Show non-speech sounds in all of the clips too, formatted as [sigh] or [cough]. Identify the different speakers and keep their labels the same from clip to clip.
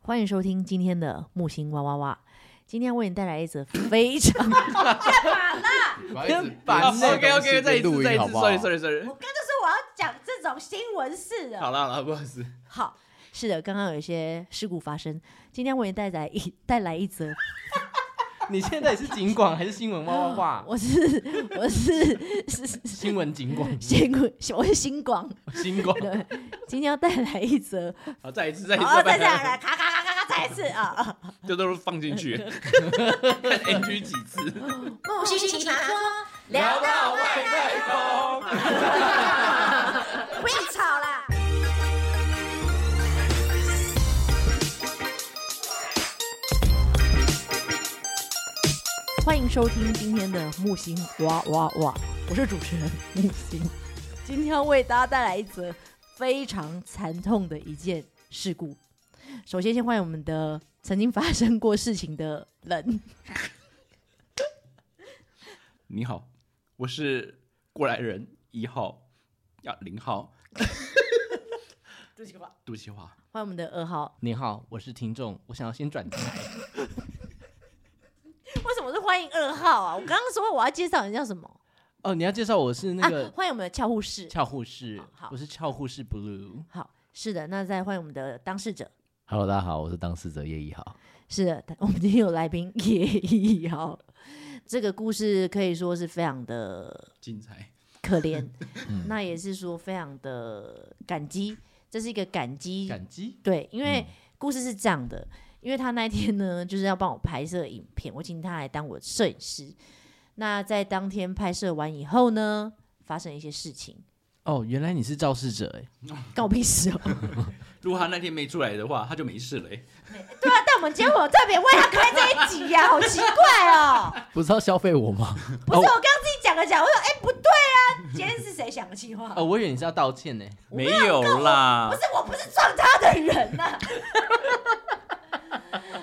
Speaker 1: 欢迎收听今天的木星哇哇哇。今天为你带来一则 [coughs] 非常
Speaker 2: [laughs]
Speaker 3: 哎
Speaker 2: 欸
Speaker 4: 很烦呢。
Speaker 2: OK OK，再一
Speaker 4: 录
Speaker 2: 次，
Speaker 4: 音
Speaker 2: 再一
Speaker 4: 好
Speaker 2: 次
Speaker 4: 不
Speaker 2: ，sorry
Speaker 4: 好？
Speaker 2: sorry sorry
Speaker 5: 我。刚就是我要讲这种新闻事的。
Speaker 2: 好啦好啦，不好意
Speaker 3: [laughs]
Speaker 2: 思，
Speaker 5: 好，
Speaker 1: 是的，刚刚有一些事故发生。今天为你带来一 [coughs] 带来一则，
Speaker 2: 你现在是警广还是新闻哇 [laughs] 哇哇？
Speaker 1: 我是我是是是
Speaker 2: 新闻警广，
Speaker 3: [laughs]
Speaker 1: 新广，我是新广。
Speaker 2: 新广。
Speaker 1: 对，今天要带来一则，
Speaker 2: [laughs]
Speaker 1: [coughs]
Speaker 2: 好，再一次，再一次，
Speaker 5: 好，再
Speaker 2: 拜
Speaker 5: 这样
Speaker 2: 拜
Speaker 5: 来，咔咔咔咔咔，再一次啊！
Speaker 2: 就都放进
Speaker 3: [laughs]
Speaker 2: 去，NG 几次？
Speaker 5: 木星奇葩说，聊
Speaker 4: 到外太
Speaker 5: [laughs]
Speaker 4: 空，
Speaker 5: 不要吵啦。
Speaker 1: 欢迎收听今天的木星哇哇哇，我是主持人木星。今天要为大家带来一则非常惨痛的一件事故。首先，先欢迎我们的曾经发生过事情的人，
Speaker 2: 你好，我是过来人一号，要零号
Speaker 1: 杜琪华。
Speaker 2: 杜琪华。
Speaker 1: 欢迎我们的二号，
Speaker 3: 你好，我是听众，我想要先转台。
Speaker 1: 为什么是欢迎二号啊？我刚刚说我要介绍人叫什么、
Speaker 3: 哦，你要介绍我是那
Speaker 1: 啊
Speaker 3: 个？
Speaker 1: 欢迎我们的俏护士。
Speaker 3: 俏护士，
Speaker 1: 好
Speaker 3: 我是俏护士 Blue。
Speaker 1: 好，是的，那再欢迎我们的当事者。
Speaker 4: Hello，大家好，我是当事者叶一豪。
Speaker 1: 是的，我们今天有来宾 [laughs] 也一号。这个故事可以说是非常的
Speaker 2: 精彩，
Speaker 1: 可怜，
Speaker 3: 嗯
Speaker 1: 那也是说非常的感激，这是一个感激。
Speaker 3: 感嗯激
Speaker 1: 对，因为故事是这样的，因为他那天呢， [laughs] 就是要帮我拍摄影片，我请他来当我的摄影师。那在当天拍摄完以后呢，发生一些事情，
Speaker 3: 哦，原来你是肇事者哎，
Speaker 1: 告屁事哦！
Speaker 2: 如果他那天没出来的话，他就没事了欸。
Speaker 5: 对啊，但我们今天我特别为他开这一集 [laughs] 呀，好奇怪哦。
Speaker 4: 不是要消费我吗？
Speaker 5: 不是我刚刚自己讲了讲，我说哎不对啊，今天是谁想的计划？
Speaker 3: [laughs] 哦，我以为你是要道歉欸呢。
Speaker 2: 没有啦
Speaker 5: 不，是，我不是撞他的人啊呐。
Speaker 1: [laughs]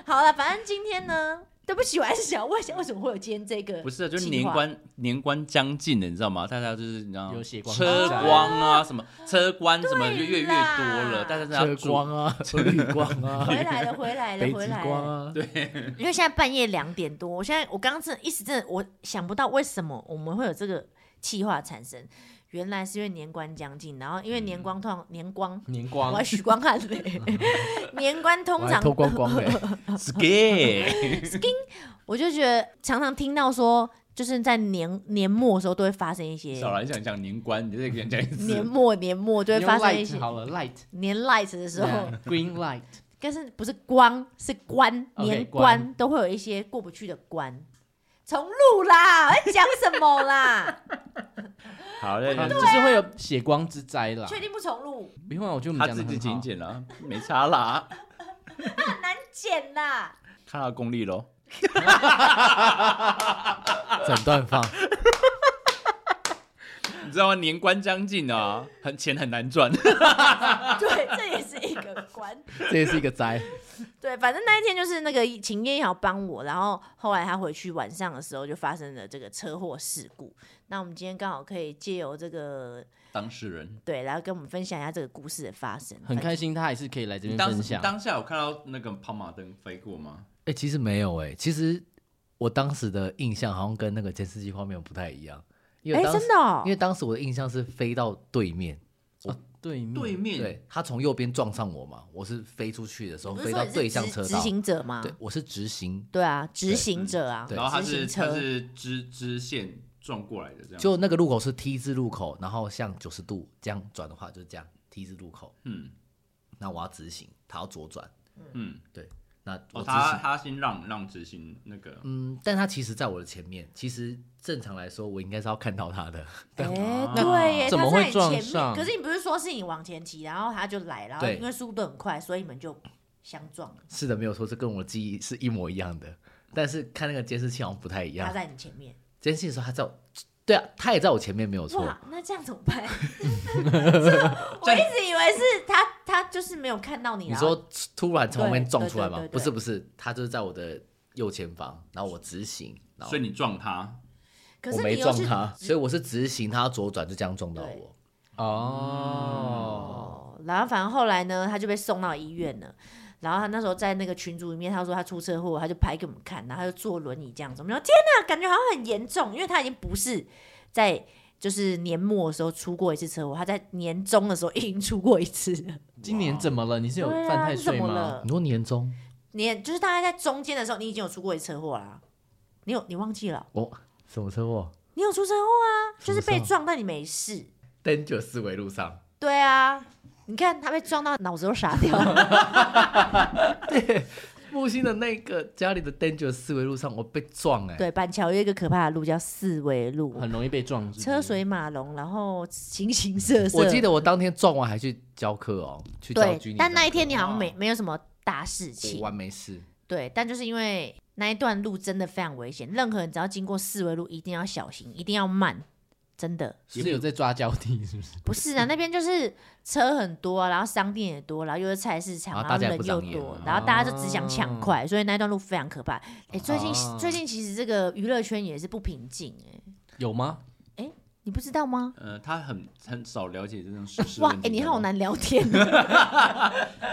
Speaker 1: 好了，反正今天呢，对不起，我还是想问一下，为什么会有今天这个？
Speaker 2: 不是啊，就是
Speaker 1: 计
Speaker 2: 年
Speaker 1: 划
Speaker 2: 关年关将近了，你知道吗？大家就是你知道
Speaker 3: 有血光之
Speaker 2: 车
Speaker 3: 灾
Speaker 2: 光啊，什么车关什么
Speaker 1: 对
Speaker 2: 就越越
Speaker 1: 啦
Speaker 2: 多了，大家都要
Speaker 4: 车
Speaker 2: 注
Speaker 4: 光啊，车绿光啊，
Speaker 1: 回来了，回来 [laughs] 了，
Speaker 4: 北
Speaker 1: 回
Speaker 4: 极
Speaker 1: 来
Speaker 4: 光
Speaker 1: 了。
Speaker 4: 啊，
Speaker 1: 因为现在半夜两点多，我现在我刚刚真的一时真的我想不到为什么我们会有这个气划产生，原来是因为年关将近，然后因为年光通常年光，
Speaker 3: 年
Speaker 1: 我
Speaker 3: 光
Speaker 1: 要许光汉嘞，年关通
Speaker 4: 我还
Speaker 1: 常
Speaker 4: 脱
Speaker 1: [laughs]
Speaker 4: 光光嘞，
Speaker 2: scare，
Speaker 1: 我就觉得常常听到说，就是在年年末的时候都会发生一些
Speaker 2: 少来讲讲年关，你再讲讲一次
Speaker 1: 年末年末就会
Speaker 3: 你用
Speaker 1: 发生一
Speaker 3: light
Speaker 1: 些
Speaker 3: 好了，light
Speaker 1: 年 light 的时候，
Speaker 3: 对 green light
Speaker 1: 但是不是光是关
Speaker 3: OK，
Speaker 1: 年
Speaker 3: 关
Speaker 1: 关都会有一些过不去的关，
Speaker 5: 重录啦，在讲什么 [laughs] 啦？
Speaker 2: 好，再
Speaker 3: 啊，
Speaker 2: 讲
Speaker 3: 就是会有血光之灾啦。
Speaker 5: 确定不重录？
Speaker 3: 不用啊，我觉得我
Speaker 2: 他
Speaker 3: 们讲
Speaker 2: 自
Speaker 3: 的
Speaker 2: 己
Speaker 3: 很
Speaker 2: 剪剪
Speaker 3: 好。
Speaker 2: 了，没差啦，
Speaker 5: 很难剪 [laughs] 啦。
Speaker 2: 看他的功力喽。
Speaker 4: 整段放。
Speaker 2: 你知道吗？年关将近啊，很钱很难赚。
Speaker 5: 对，这也是一个 [laughs] 关。
Speaker 4: 这也是一个灾，
Speaker 1: 对，反正那一天就是那个秦燕瑶帮我，然后后来他回去晚上的时候就发生了这个车祸事故。那我们今天刚好可以借由这个
Speaker 2: 当事人
Speaker 1: 对，来跟我们分享一下这个故事的发生。
Speaker 3: 很开心，他还是可以来这边
Speaker 2: 当
Speaker 3: 分
Speaker 2: 时
Speaker 3: 享。
Speaker 2: 当下有看到那个跑马灯飞过吗？
Speaker 4: 哎，其实没有哎，其实我当时的印象好像跟那个监视器画面不太一样，因
Speaker 1: 哎，
Speaker 4: 为当时
Speaker 1: 真的、哦
Speaker 4: 因，为当时我的印象是飞到对面，
Speaker 2: 嗯
Speaker 3: 嗯对面
Speaker 2: 对面
Speaker 4: 对他从右边撞上我嘛，我是飞出去的时候
Speaker 1: 不
Speaker 4: 飞
Speaker 1: 是说
Speaker 4: 到
Speaker 1: 你是
Speaker 4: 对向
Speaker 1: 执
Speaker 4: 车
Speaker 1: 执
Speaker 4: 道，
Speaker 1: 行者吗？
Speaker 4: 对，我是直行，
Speaker 1: 对啊，执行者啊，
Speaker 4: 对
Speaker 2: 然后他
Speaker 1: 执
Speaker 2: 是
Speaker 1: 行
Speaker 2: 他
Speaker 1: 车。
Speaker 2: 是支支线撞过来的，这样
Speaker 4: 就那个路口是 T 字路口，然后向九十度这样转的话，就是这样 T 字路口。
Speaker 2: 嗯
Speaker 4: 那我要直行，他要左转，
Speaker 2: 嗯，
Speaker 4: 那我
Speaker 2: 哦，
Speaker 4: 直
Speaker 2: 他
Speaker 4: 行。
Speaker 2: 他先让让执行那个，
Speaker 4: 嗯，但他其实在我的前面，其实正常来说我应该是要看到他的，
Speaker 1: 哎、
Speaker 2: 啊
Speaker 1: 对耶，
Speaker 3: 怎
Speaker 1: 他
Speaker 3: 么
Speaker 1: 在
Speaker 3: 会
Speaker 1: 你
Speaker 3: 撞
Speaker 1: 前面
Speaker 3: 上
Speaker 1: 可是你不是说是你往前骑，然后他就来，然后
Speaker 4: 对
Speaker 1: 因为速度很快，所以你们就相撞了。
Speaker 4: 是的，没有错，这跟我的记忆是一模一样的。但是看那个监视器好像不太一
Speaker 1: 他
Speaker 4: 样，
Speaker 1: 在你前面，
Speaker 4: 监视器的时候他在我，对啊，他也在我前面没有错，
Speaker 1: 哇，那这样怎么
Speaker 4: [laughs]
Speaker 1: 办？
Speaker 2: 这
Speaker 1: 我一
Speaker 2: 样
Speaker 1: 直以为是他，他就是没有看到你。
Speaker 4: 你
Speaker 1: 然后
Speaker 4: 说突然从后面撞出来吗
Speaker 1: 对对对？对
Speaker 4: 不是不是，他就是在我的右前方，然后我直行，然后
Speaker 2: 所以你撞他，
Speaker 1: 可
Speaker 4: 我
Speaker 1: 是
Speaker 4: 没
Speaker 1: 你又
Speaker 4: 撞
Speaker 1: 是
Speaker 4: 他，所以我是直行，他要左转就这样撞到
Speaker 1: 对
Speaker 4: 我。
Speaker 3: 哦，
Speaker 1: 哦，然后反正后来呢，他就被送到医院了。然后他那时候在那个群组里面，他说他出车祸，他就拍给我们看，然后他就坐轮椅这样子。我们说天哪，感觉好像很严重，因为他已经不是在就是年末的时候出过一次车祸，他在年终的时候已经出过一次了。
Speaker 3: 今年怎么了？你是有
Speaker 1: 对
Speaker 3: 犯
Speaker 1: 啊，
Speaker 3: 太
Speaker 1: 你怎
Speaker 3: 岁
Speaker 1: 么
Speaker 3: 吗？
Speaker 1: 了？
Speaker 4: 你说年终，
Speaker 1: 你也就是大概在中间的时候，你已经有出过一次车祸啦。你有你忘记了？
Speaker 4: 我、什么车祸？
Speaker 1: 你有出车祸啊？
Speaker 4: 什
Speaker 1: 就
Speaker 4: 么
Speaker 1: 是被
Speaker 4: 车祸
Speaker 1: 撞，但你没事。
Speaker 4: 登九四维路上，
Speaker 1: 对啊，你看他被撞到脑子都傻掉
Speaker 4: [laughs]
Speaker 1: 了。
Speaker 4: 木星的那个家里的 Danger 四维路上，我被撞哎、
Speaker 1: 对，板桥有一个可怕的路叫四维路，
Speaker 4: 哦
Speaker 3: 很容易被撞是不是，
Speaker 1: 车水马龙，然后形形色色。
Speaker 4: 我记得我当天撞完还去教课哦，去教
Speaker 1: 对
Speaker 4: 军。，
Speaker 1: 但那一天你好像没没有什么大事情
Speaker 4: 我。完没事，
Speaker 1: 对，但就是因为那一段路真的非常危险，任何人只要经过四维路，一定要小心，一定要慢，真的。
Speaker 3: 是有在抓交
Speaker 4: [laughs]
Speaker 3: 替，是不是？
Speaker 1: 不是啊，那边就是车很多啊、然后商店也多，然后又是菜市场，
Speaker 4: 然
Speaker 1: 然
Speaker 4: 后
Speaker 1: 后
Speaker 4: 啊大家也
Speaker 1: 人
Speaker 4: 不
Speaker 1: 又
Speaker 4: 长眼
Speaker 1: 多
Speaker 4: 嘛，
Speaker 1: 然后大家就只想抢快，所以那段路非常可怕。哎、最近、
Speaker 3: 啊
Speaker 1: 最近其实这个娱乐圈也是不平静哎、
Speaker 3: 有吗？
Speaker 1: 你不知道吗？
Speaker 2: 呃，他很很少了解这种时事
Speaker 1: 哇，
Speaker 2: 问
Speaker 1: 哎、
Speaker 2: 题
Speaker 1: 你
Speaker 2: 的
Speaker 1: 好
Speaker 2: 吗，
Speaker 1: 难聊天哦。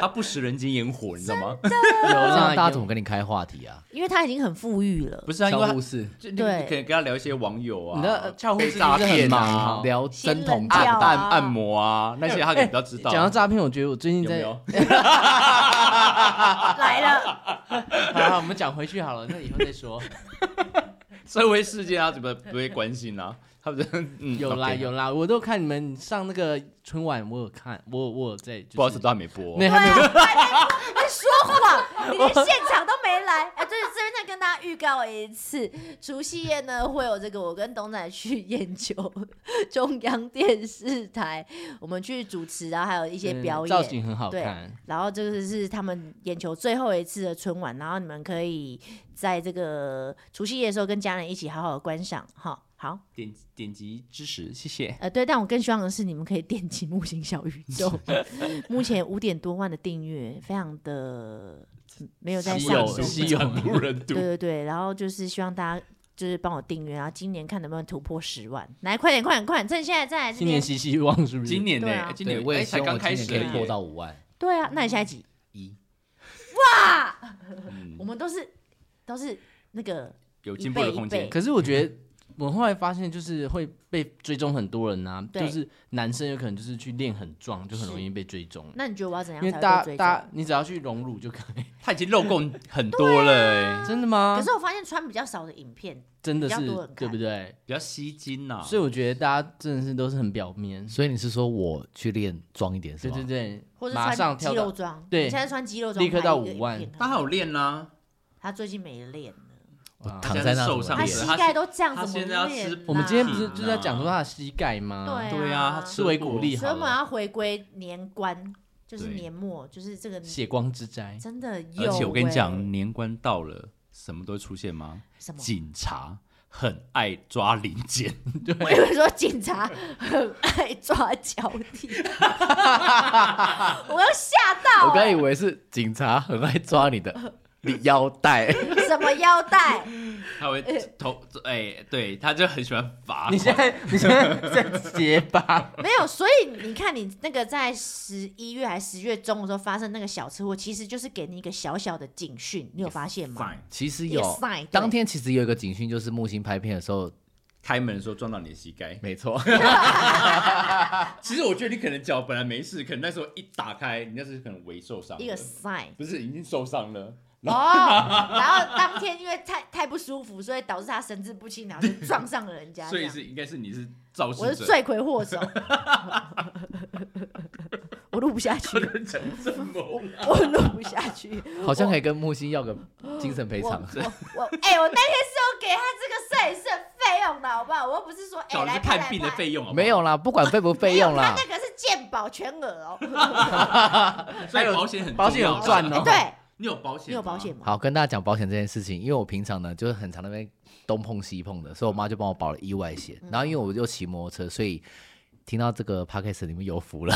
Speaker 2: 他不食人间烟火，你知道吗？
Speaker 1: 啊
Speaker 4: 啊有
Speaker 3: 啦
Speaker 4: 让大家
Speaker 3: 有
Speaker 4: 怎么跟你开话题啊？
Speaker 1: 因为他已经很富裕了
Speaker 2: 不。是啊，因为
Speaker 4: 小
Speaker 2: 他
Speaker 4: 护士，
Speaker 2: 就你
Speaker 1: 对
Speaker 2: 可以跟他聊一些网友啊，
Speaker 3: 你的呃俏护士
Speaker 2: 被
Speaker 3: 是
Speaker 2: 诈
Speaker 3: 不是很
Speaker 2: 骗
Speaker 3: 忙
Speaker 2: 啊
Speaker 3: 啊，
Speaker 4: 聊
Speaker 1: 新
Speaker 4: 针筒
Speaker 1: 冷调
Speaker 4: 大
Speaker 1: 啊
Speaker 4: 大
Speaker 2: 按按摩啊，那些他可能比较知道。
Speaker 3: 哎讲到诈骗，我觉得我最近
Speaker 2: 有没
Speaker 3: 在
Speaker 2: 有？
Speaker 1: 来了，
Speaker 3: [laughs] 好好，我们讲回去好了，那以后再说。
Speaker 2: 社会事件他啊怎么不会关心啊？他不是嗯，
Speaker 3: 有啦
Speaker 2: OK
Speaker 3: 有啦，我都看你们上那个春晚，我有看，我我有在，
Speaker 2: 不好意思，
Speaker 3: 道，
Speaker 2: 都还没播。
Speaker 3: 那还没有
Speaker 1: 说谎，你连现场都没来。哎、就是这边再跟大家预告一次，除夕夜呢会有这个我跟董仔去研究 [laughs] 中央电视台，我们去主持，然后还有一些
Speaker 3: 嗯
Speaker 1: 表演。
Speaker 3: 造型很好
Speaker 1: 对
Speaker 3: 看，
Speaker 1: 然后这个是他们眼球最后一次的春晚，然后你们可以在这个除夕夜的时候跟家人一起好好的观赏哈。好，
Speaker 2: 点点击支持，谢谢。
Speaker 1: 呃，对，但我更希望的是你们可以点击木星小宇
Speaker 3: [laughs]
Speaker 1: 宙，目前五点多万的订阅，非常的没有在
Speaker 3: 稀
Speaker 1: 上
Speaker 3: 有
Speaker 1: 升，
Speaker 3: 稀有
Speaker 2: 惨不忍睹
Speaker 1: 对。对对，然后就是希望大家就是帮我订阅，然后今年看能不能突破十万，来快点快点快点，趁现在在这
Speaker 3: 新
Speaker 1: 边，
Speaker 3: 年新希望是不是？
Speaker 2: 今年呢、
Speaker 1: 对啊
Speaker 2: 今
Speaker 4: 对，
Speaker 2: 年
Speaker 4: 我也
Speaker 2: 哎
Speaker 4: 希
Speaker 2: 才
Speaker 4: 望
Speaker 2: 刚
Speaker 4: 我今
Speaker 2: 开
Speaker 4: 年
Speaker 2: 始
Speaker 4: 可
Speaker 2: 而已
Speaker 4: 以破到五万
Speaker 1: 对啊，那你下一
Speaker 3: 嗯
Speaker 1: 集，
Speaker 4: 一。
Speaker 1: 我
Speaker 2: 嗯
Speaker 1: 们都是都是那个
Speaker 2: 有进步的空
Speaker 1: 一倍
Speaker 2: 间
Speaker 1: 一倍。
Speaker 3: 可是我觉得我后来发现，就是会被追踪很多人啊，
Speaker 1: 对
Speaker 3: 就是男生有可能就是去练很壮，就很容易被追踪。
Speaker 1: 那你觉得我要怎样
Speaker 3: 因为
Speaker 1: 才
Speaker 3: 大
Speaker 1: 会
Speaker 3: 家
Speaker 1: 被追
Speaker 3: 大
Speaker 1: 踪？
Speaker 3: 家，你只要去融入就可以。
Speaker 2: 他已经漏供很多了、
Speaker 1: 啊
Speaker 2: 哎，
Speaker 3: 真的吗
Speaker 1: 可？是我发现穿比较少的影片，
Speaker 3: 真的
Speaker 1: 比
Speaker 3: 是
Speaker 1: 较多人看
Speaker 3: 对不对？
Speaker 2: 比较吸睛呐、
Speaker 3: 所以我觉得大家真的是都是很表面。
Speaker 4: 所以你是说我去练壮一点是
Speaker 3: 对对
Speaker 4: 吗？
Speaker 3: 对，
Speaker 1: 或者
Speaker 3: 马
Speaker 1: 穿
Speaker 3: 上跳
Speaker 1: 肌
Speaker 3: 到啊
Speaker 1: 肉装，
Speaker 3: 对
Speaker 1: 你现在穿肌肉装
Speaker 3: 立刻到
Speaker 1: 拍一个
Speaker 3: 五万
Speaker 1: 影片
Speaker 2: 他还有练呐、
Speaker 1: 他最近没练了，
Speaker 4: 我
Speaker 3: 啊
Speaker 4: 躺
Speaker 2: 他
Speaker 4: 在那
Speaker 2: 现在是受伤
Speaker 4: 怎么
Speaker 1: 他膝
Speaker 2: 的
Speaker 4: 练
Speaker 2: 他是
Speaker 1: 盖都这样子，
Speaker 2: 他现在要吃
Speaker 1: 练
Speaker 3: 我们今天不是
Speaker 2: 嗯
Speaker 3: 就是在讲说他的膝盖吗？
Speaker 1: 对
Speaker 2: 对啊，他
Speaker 3: 思维鼓励
Speaker 1: 所以我们
Speaker 3: 好了
Speaker 1: 要回归年关，就是
Speaker 2: 对
Speaker 1: 年末，就是这个
Speaker 3: 血光之灾，
Speaker 1: 真的有、
Speaker 2: 而
Speaker 1: 欸。
Speaker 2: 嗯
Speaker 1: [laughs]
Speaker 2: 且我跟你讲，年关到了，什么都会出现吗？
Speaker 1: 什么？
Speaker 2: 警察很爱抓零件，
Speaker 1: 我以为说警察很爱抓脚底， [laughs] 我又吓到、
Speaker 4: 我刚
Speaker 1: 欸。
Speaker 4: 以为是警察很爱抓 [laughs] 你的腰带，
Speaker 1: 什么腰带？
Speaker 2: [laughs] 他会
Speaker 1: 呃
Speaker 2: 投哎、对，他就很喜欢罚
Speaker 3: [laughs] 你
Speaker 2: 款。
Speaker 3: 现在你现在在结
Speaker 1: [laughs]
Speaker 3: 巴，
Speaker 1: 没有，所以你看，你那个在十一月还十月中的时候发生那个小车祸，其实就是给你一个小小的警讯，你有发现吗？
Speaker 2: Fine
Speaker 4: 其实
Speaker 1: 一
Speaker 4: 有
Speaker 1: 个 sign，对
Speaker 4: 当天其实有一个警讯，就是木星拍片的时候，
Speaker 2: 开门的时候撞到你的膝盖，
Speaker 4: 没错，
Speaker 2: 其实我觉得你可能脚本来没事，可能那时候一打开，你那是可能微受伤的，
Speaker 1: 一个 sign
Speaker 2: 不是已经受伤了，
Speaker 1: 哦，然后当天因为太太不舒服，所以导致他神志不清，然后就撞上了人家。
Speaker 2: 所
Speaker 1: 这
Speaker 2: 以
Speaker 1: 样
Speaker 2: 是应该是你是肇事者，
Speaker 1: 我是
Speaker 2: [laughs]
Speaker 1: 罪魁祸首，我录不下去，
Speaker 2: 讲这么
Speaker 1: 我录不下去。
Speaker 4: 好像可以跟木星要个精神赔
Speaker 1: 我
Speaker 4: 偿。
Speaker 1: 我哎、我那天是有给他这个摄影师的费用的，好不好？我又不是说哎、
Speaker 2: 找的
Speaker 1: 来
Speaker 2: 是
Speaker 1: 拍
Speaker 2: 看
Speaker 1: 来
Speaker 2: 病的
Speaker 1: 拍，
Speaker 2: 费用好不好
Speaker 4: 没有，啦，不管费不费用啦
Speaker 1: 他，那个是健保全额
Speaker 2: [laughs]
Speaker 1: 哦。
Speaker 2: 所以保险很
Speaker 3: 保险有赚哦
Speaker 2: 重要啊
Speaker 1: 对，
Speaker 2: 你有保险吗，
Speaker 1: 你有保险吗？
Speaker 4: 好，跟大家讲保险这件事情，因为我平常呢就是很常那边东碰西碰的，所以我妈就帮我保了意外险。然后因为我又骑摩托车，所以听到这个 podcast 你们有 [laughs] 福了。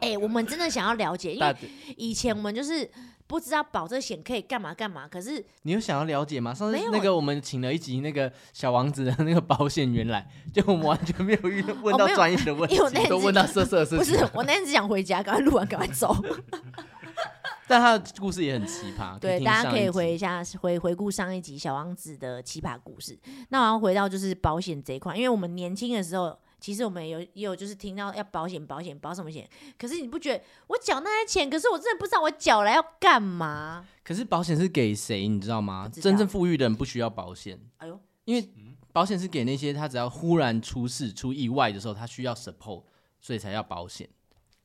Speaker 1: 哎、我们真的想要了解，因
Speaker 3: [laughs] 大
Speaker 1: 为以前我们就是不知道保这险可以干嘛干嘛，可是
Speaker 3: 你有想要了解吗？上次
Speaker 1: 没有
Speaker 3: 那个我们请了一集那个小王子的那个保险员来， [laughs] 就我们完全没有遇问到
Speaker 1: 没有
Speaker 3: 专业的问题
Speaker 1: [laughs] 因为我，那
Speaker 4: 都问到色色的事
Speaker 1: 不是
Speaker 4: 情，
Speaker 1: 我那天只想回家，赶快录完赶快走。
Speaker 3: [laughs] 但他的故事也很奇葩，
Speaker 1: 对，
Speaker 3: 听
Speaker 1: 大家
Speaker 3: 上
Speaker 1: 可以
Speaker 3: 一集
Speaker 1: 回一下回回顾上一集《小王子》的奇葩故事。那我要回到就是保险这一块，因为我们年轻的时候，其实我们有也有就是听到要保险、保险、保什么险，可是你不觉得我缴那些钱，可是我真的不知道我缴来要干嘛？
Speaker 3: 可是保险是给谁，你知道吗？
Speaker 1: 不知道
Speaker 3: 真正富裕的人不需要保险，
Speaker 1: 哎呦，
Speaker 3: 因为保险是给那些他只要忽然出事、出意外的时候，他需要 support，所以才要保险。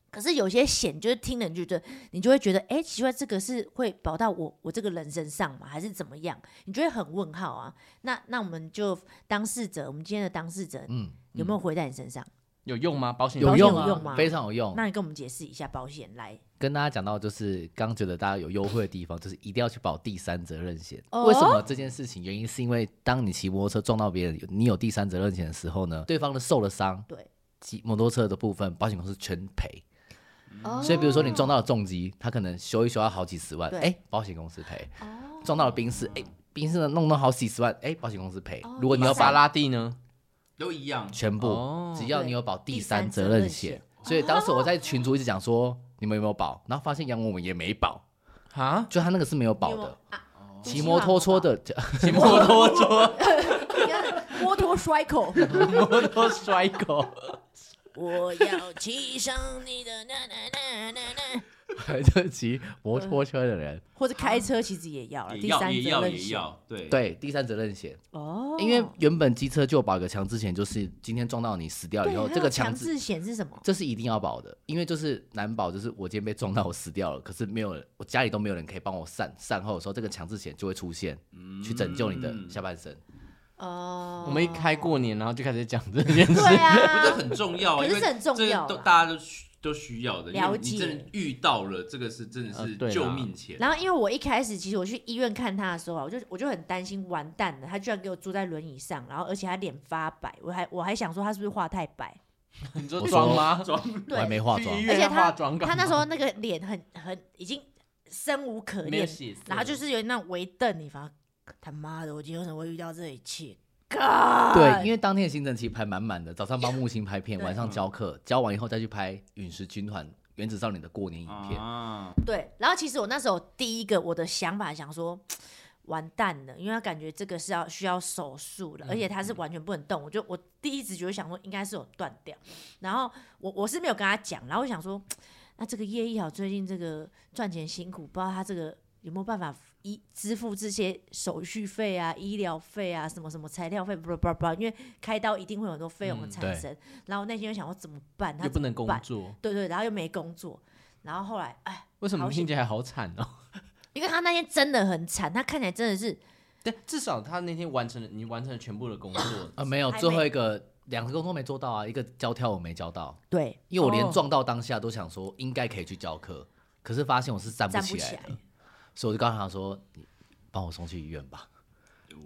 Speaker 1: 可是有些险就是听了你就觉得你就会觉得，哎、奇怪，这个是会保到我我这个人身上吗？还是怎么样？你就会很问号啊。那那我们就当事者，我们今天的当事者、
Speaker 4: 嗯，
Speaker 1: 有没有回在你身上？
Speaker 3: 有用吗？保
Speaker 1: 嗯
Speaker 3: 险
Speaker 1: 有
Speaker 4: 用
Speaker 1: 有用吗
Speaker 4: 啊，非常有
Speaker 3: 哦
Speaker 4: 用。
Speaker 1: 那你跟我们解释一下保险来。
Speaker 4: 跟大家讲到，就是刚觉得大家有优惠的地方，就是一定要去保第三责任险。
Speaker 1: 哦
Speaker 4: 为什么这件事情？原因是因为当你骑摩托车撞到别人，你有第三责任险的时候呢，对方的受了伤，
Speaker 1: 对，
Speaker 4: 骑摩托车的部分保险公司全赔。
Speaker 1: 哦
Speaker 4: 所以比如说你撞到了重击，他可能修一修要好几十万，
Speaker 1: 对哦
Speaker 4: 哎、保险公司赔；撞到了冰室，哎、冰室呢弄到好几十万，哎、保险公司赔。
Speaker 1: 哦
Speaker 4: 如果你要
Speaker 3: 法
Speaker 4: 把
Speaker 3: 拉第呢？
Speaker 2: 都一样。
Speaker 4: 全部，
Speaker 3: 哦
Speaker 4: 只要
Speaker 1: 对
Speaker 4: 你有保第
Speaker 1: 第
Speaker 4: 三
Speaker 1: 三
Speaker 4: 责
Speaker 1: 责
Speaker 4: 任
Speaker 1: 任
Speaker 4: 险
Speaker 1: 险。
Speaker 4: 所以当时我在群组一直讲说，你们有没有保？然后发现杨文文也没保，
Speaker 3: 啊，
Speaker 4: 就他那个是没有保
Speaker 1: 你有没有
Speaker 4: 的。
Speaker 1: 啊
Speaker 4: 骑摩托车的，
Speaker 3: 骑摩托车，
Speaker 5: 摩托摔
Speaker 2: [laughs]
Speaker 5: 口，
Speaker 4: [laughs]
Speaker 3: 摩托摔狗，
Speaker 1: 我要骑上你的那那那那那，
Speaker 4: 就骑摩托车的人，
Speaker 5: 或者开车其实也要
Speaker 1: 啊
Speaker 5: 了，
Speaker 2: 也
Speaker 5: 第
Speaker 2: 要
Speaker 5: 三
Speaker 2: 也
Speaker 5: 责
Speaker 2: 要
Speaker 5: 任
Speaker 2: 也
Speaker 5: 险
Speaker 2: 要，对，
Speaker 4: [laughs] 对第三责任险，
Speaker 5: 哦，
Speaker 4: 因为原本机车就有保一个强制险，就是今天撞到你死掉以后，
Speaker 1: 对，
Speaker 4: 这个
Speaker 1: 强
Speaker 4: 强
Speaker 1: 制险是什么？
Speaker 4: 这是一定要保的，因为就是难保，就是我今天被撞到我死掉了，可是没有人，我家里都没有人可以帮我善善后的时候，这个强制险就会出现，
Speaker 2: 嗯
Speaker 4: 去拯救你的下半身。
Speaker 1: 哦，
Speaker 3: 我们一开过年，然后就开始讲这件 [laughs] 事。
Speaker 1: 对
Speaker 2: 我 [laughs] 觉得
Speaker 1: 啊，
Speaker 2: 很重要啊，
Speaker 1: 可
Speaker 2: 因
Speaker 1: 是
Speaker 2: 为
Speaker 1: 这很重
Speaker 2: 这
Speaker 1: 要
Speaker 2: 都
Speaker 1: 啦
Speaker 2: 大家都需都需要的，因
Speaker 1: 了
Speaker 2: 为你
Speaker 1: 解
Speaker 2: 真的遇到了，这个是真的
Speaker 3: 呃
Speaker 2: 是
Speaker 3: 对啦
Speaker 2: 救命钱。
Speaker 1: 然后因为我一开始其实我去医院看他的时候啊，我就我就很担心，完蛋了，他居然给我坐在轮椅上，然后而且他脸发白，我还我还想说他是不是画太白？
Speaker 3: 你说
Speaker 4: 我
Speaker 3: 装
Speaker 4: 说
Speaker 3: 吗？
Speaker 2: 装
Speaker 4: 我还
Speaker 1: 对，
Speaker 4: 没化
Speaker 3: 去
Speaker 4: 妆
Speaker 3: 医，
Speaker 1: 而且
Speaker 3: 院
Speaker 1: 他
Speaker 3: 化妆干
Speaker 1: 他
Speaker 3: 嘛
Speaker 1: 那时候那个脸很很已经生无可
Speaker 3: 没有
Speaker 1: 恋，
Speaker 3: 血色，
Speaker 1: 然后就是有那种微瞪你，反正他妈的，我今天为什么会遇到这一切？
Speaker 4: 对，因为当天的行程其实排满满的，早上帮木星拍片，
Speaker 1: 啊对
Speaker 4: 晚上教课，教完以后再去拍《陨石军团》《原子少年》的过年影片。
Speaker 2: 啊，
Speaker 1: 对，然后其实我那时候第一个我的想法想说，完蛋了，因为他感觉这个是要需要手术的，而且他
Speaker 3: 嗯
Speaker 1: 是完全不能动。我就我第一直觉得想说应该是有断掉，然后我我是没有跟他讲，然后我想说，那这个叶一豪最近这个赚钱辛苦，不知道他这个有没有办法医支付这些手续费啊、医疗费啊、什么什么材料费，不不不不，因为开刀一定会有很多费用的
Speaker 3: 嗯
Speaker 1: 产
Speaker 4: 对
Speaker 1: 生。然后我内心就想说怎么办？他
Speaker 3: 又不
Speaker 1: 怎么
Speaker 3: 能工
Speaker 1: 办
Speaker 3: 作，
Speaker 1: 对对，然后又没工作，然后后来哎。
Speaker 3: 为什么
Speaker 1: 好险
Speaker 3: 听起来好惨哦？
Speaker 1: 因为他那天真的很惨，他看起来真的是
Speaker 3: [laughs] 但至少他那天完成了，你完成了全部的工 [laughs] 作
Speaker 4: 啊，没有，
Speaker 1: 还
Speaker 4: 最后
Speaker 1: 没
Speaker 4: 一个两个工作没做到啊，一个教跳舞没教到，
Speaker 1: 对
Speaker 4: 因为我连
Speaker 3: 哦
Speaker 4: 撞到当下都想说应该可以去教课，可是发现我是站不
Speaker 1: 站
Speaker 4: 起
Speaker 1: 不起
Speaker 4: 来
Speaker 1: 来
Speaker 4: 的，。所以我就告诉他说：“你帮我送去医院吧。”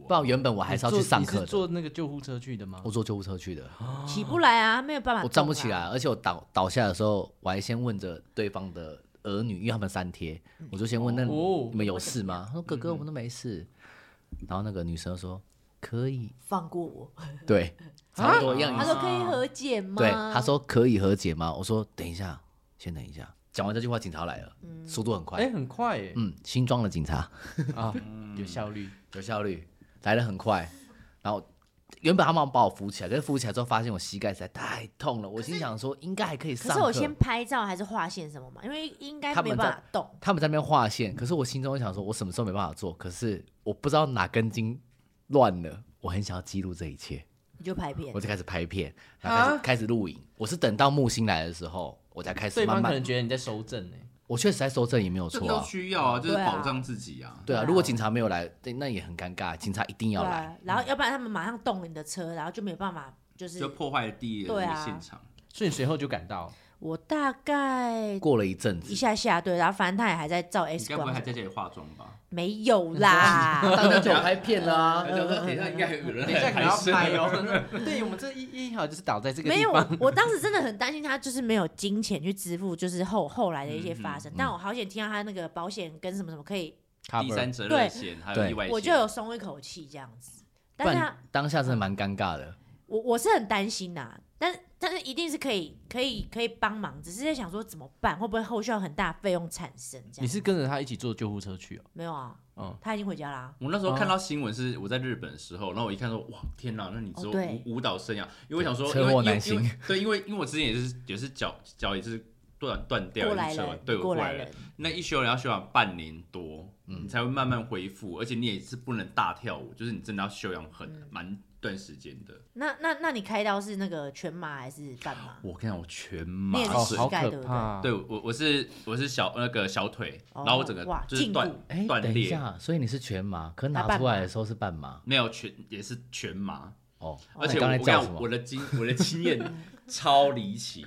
Speaker 4: 不然原本我还是要去上
Speaker 3: 你
Speaker 4: 课
Speaker 3: 是
Speaker 4: 的，
Speaker 3: 坐那个救护车去的吗
Speaker 4: 我？坐救护车去的，
Speaker 1: 起不来啊，没有办法、
Speaker 4: 哦我站不起来，。而且我倒倒下的时候，我还先问着对方的儿女，因为他们三贴，我就先问那
Speaker 3: 哦
Speaker 4: 你们有事吗？他说：“哥哥，我们都没事。”然后那个女生说：“可以，
Speaker 1: 放过我，
Speaker 4: 对，差不多一样
Speaker 1: 嗯
Speaker 4: 意
Speaker 1: 啊他
Speaker 4: 思。”
Speaker 1: 说可以和解吗？
Speaker 4: 哦对，他说可以和解吗？我说等一下，先等一下。讲完这句话，警察来了，
Speaker 1: 嗯
Speaker 4: 速度很快。
Speaker 3: 哎，很 [laughs] 快哎，
Speaker 4: 嗯，新装的警察
Speaker 3: 啊，有效率。
Speaker 4: 有效率，来的很快。然后原本他们要把我扶起来，可是扶起来之后发现我膝盖实在太痛了，我心想说应该还可以
Speaker 1: 可
Speaker 4: 上
Speaker 1: 是
Speaker 4: 课。
Speaker 1: 我先拍照还是划线什么嘛，因为应该
Speaker 4: 他
Speaker 1: 没
Speaker 4: 们
Speaker 1: 有办法动。
Speaker 4: 他们在那边划线，可是我心中想说，我什么时候没办法做？可是我不知道哪根筋乱了，我很想要记录这一切，
Speaker 1: 你就拍片
Speaker 4: 我，就开始拍片，然后开
Speaker 3: 啊
Speaker 4: 始开始录影。我是等到木星来的时候，我才开始
Speaker 3: 对
Speaker 4: 慢
Speaker 3: 方可能
Speaker 4: 慢。
Speaker 3: 觉得你在收证哎，
Speaker 4: 我确实在收证也没有
Speaker 2: 这
Speaker 4: 错
Speaker 2: 都
Speaker 4: 啊。
Speaker 2: 需要啊，就是
Speaker 1: 对啊
Speaker 2: 保障自己啊。
Speaker 4: 对
Speaker 1: 对
Speaker 4: 啊
Speaker 1: 啊，
Speaker 4: 如果警察没有来，对那也很尴尬。警察一定
Speaker 1: 对
Speaker 4: 要
Speaker 1: 啊
Speaker 4: 来，嗯
Speaker 1: 然后要不然他们马上动了你的车，然后就没有办法。就是
Speaker 2: 就破坏第一人
Speaker 1: 对
Speaker 2: 的
Speaker 1: 啊
Speaker 2: 现场，
Speaker 3: 所以你随后就赶到，
Speaker 1: 我大概
Speaker 4: 过了一阵子
Speaker 1: 啊 [laughs] 一，下下对，然后反正他也还在照
Speaker 2: 你
Speaker 1: X
Speaker 2: 该不会
Speaker 1: 光
Speaker 2: 还，
Speaker 4: 嗯
Speaker 2: 在这里化妆吧？
Speaker 1: 没有啦。
Speaker 4: [laughs] 当然就有拍片啦、
Speaker 1: 呃
Speaker 2: 大家说等一下应该有人
Speaker 3: 等一下
Speaker 2: 来
Speaker 3: 可能
Speaker 2: 拍
Speaker 3: 要
Speaker 2: 摄
Speaker 3: 拍哦。
Speaker 4: 啊
Speaker 3: 对我们这一一号就是倒在这个
Speaker 1: 没
Speaker 3: 地
Speaker 1: 有
Speaker 3: 方，，
Speaker 1: 我当时真的很担心他就是没有金钱去支付，就是后后来的一些发
Speaker 4: 嗯
Speaker 1: 生。但我好险听到他那个保险跟什么什么可以，
Speaker 2: 第三责
Speaker 1: 对
Speaker 2: 任险还有意外险，
Speaker 1: 我就有松一口气这样子。
Speaker 4: 不
Speaker 1: 但是他
Speaker 4: 然当下真的蛮尴尬的。
Speaker 1: 我我是很担心呐、但但是一定是可以可以可以帮忙，只是在想说怎么办，会不会后续有很大的费用产生？这样
Speaker 3: 你是跟着他一起坐救护车去哦？
Speaker 1: 没有啊？
Speaker 3: 嗯
Speaker 1: 他已经回家啦、
Speaker 2: 我那时候看到新闻是我在日本的时候，然后我一看说，哇，天哪，那你之后
Speaker 1: 哦对
Speaker 2: 舞舞蹈生涯，因为我想说，
Speaker 4: 车
Speaker 2: 因为
Speaker 4: 祸
Speaker 2: 因为
Speaker 4: 难行
Speaker 2: 因为对，因为因为我之前也是也是脚脚也是断断掉，
Speaker 1: 过
Speaker 2: 也
Speaker 1: 来
Speaker 2: 是车完
Speaker 1: 人，
Speaker 2: 对，我
Speaker 1: 过
Speaker 2: 来
Speaker 1: 来
Speaker 2: 人
Speaker 1: 人，
Speaker 2: 那一休要休养半年多，你才会慢慢恢复，而且你也是不能大跳舞，就是你真的要休养很
Speaker 1: 嗯
Speaker 2: 蛮段时间的。
Speaker 1: 那那那你开刀是那个全麻还是半麻？
Speaker 2: 我跟你讲，我全
Speaker 1: 你
Speaker 2: 麻
Speaker 1: 也是
Speaker 2: 醉
Speaker 1: 膝，
Speaker 3: 好
Speaker 1: 盖
Speaker 3: 可
Speaker 1: 对不对
Speaker 3: 怕啊！
Speaker 2: 对我我是我是小那个小腿，
Speaker 1: 哦
Speaker 2: 然后我整个
Speaker 1: 哇
Speaker 2: 就是断
Speaker 1: 胫骨
Speaker 4: 哎，
Speaker 2: 断
Speaker 4: 等一
Speaker 2: 裂，
Speaker 4: 下，所以你是全麻，可
Speaker 1: 啊
Speaker 4: 拿
Speaker 1: 半
Speaker 4: 出来
Speaker 1: 麻
Speaker 4: 的时候是半麻
Speaker 2: 没有全也是全麻。
Speaker 4: 哦。
Speaker 2: 而
Speaker 4: 那
Speaker 2: 且我
Speaker 4: 你刚才
Speaker 2: 我
Speaker 4: 叫什
Speaker 2: 讲我
Speaker 4: 么？
Speaker 2: 的经我的经验
Speaker 4: [laughs]
Speaker 2: 超离奇，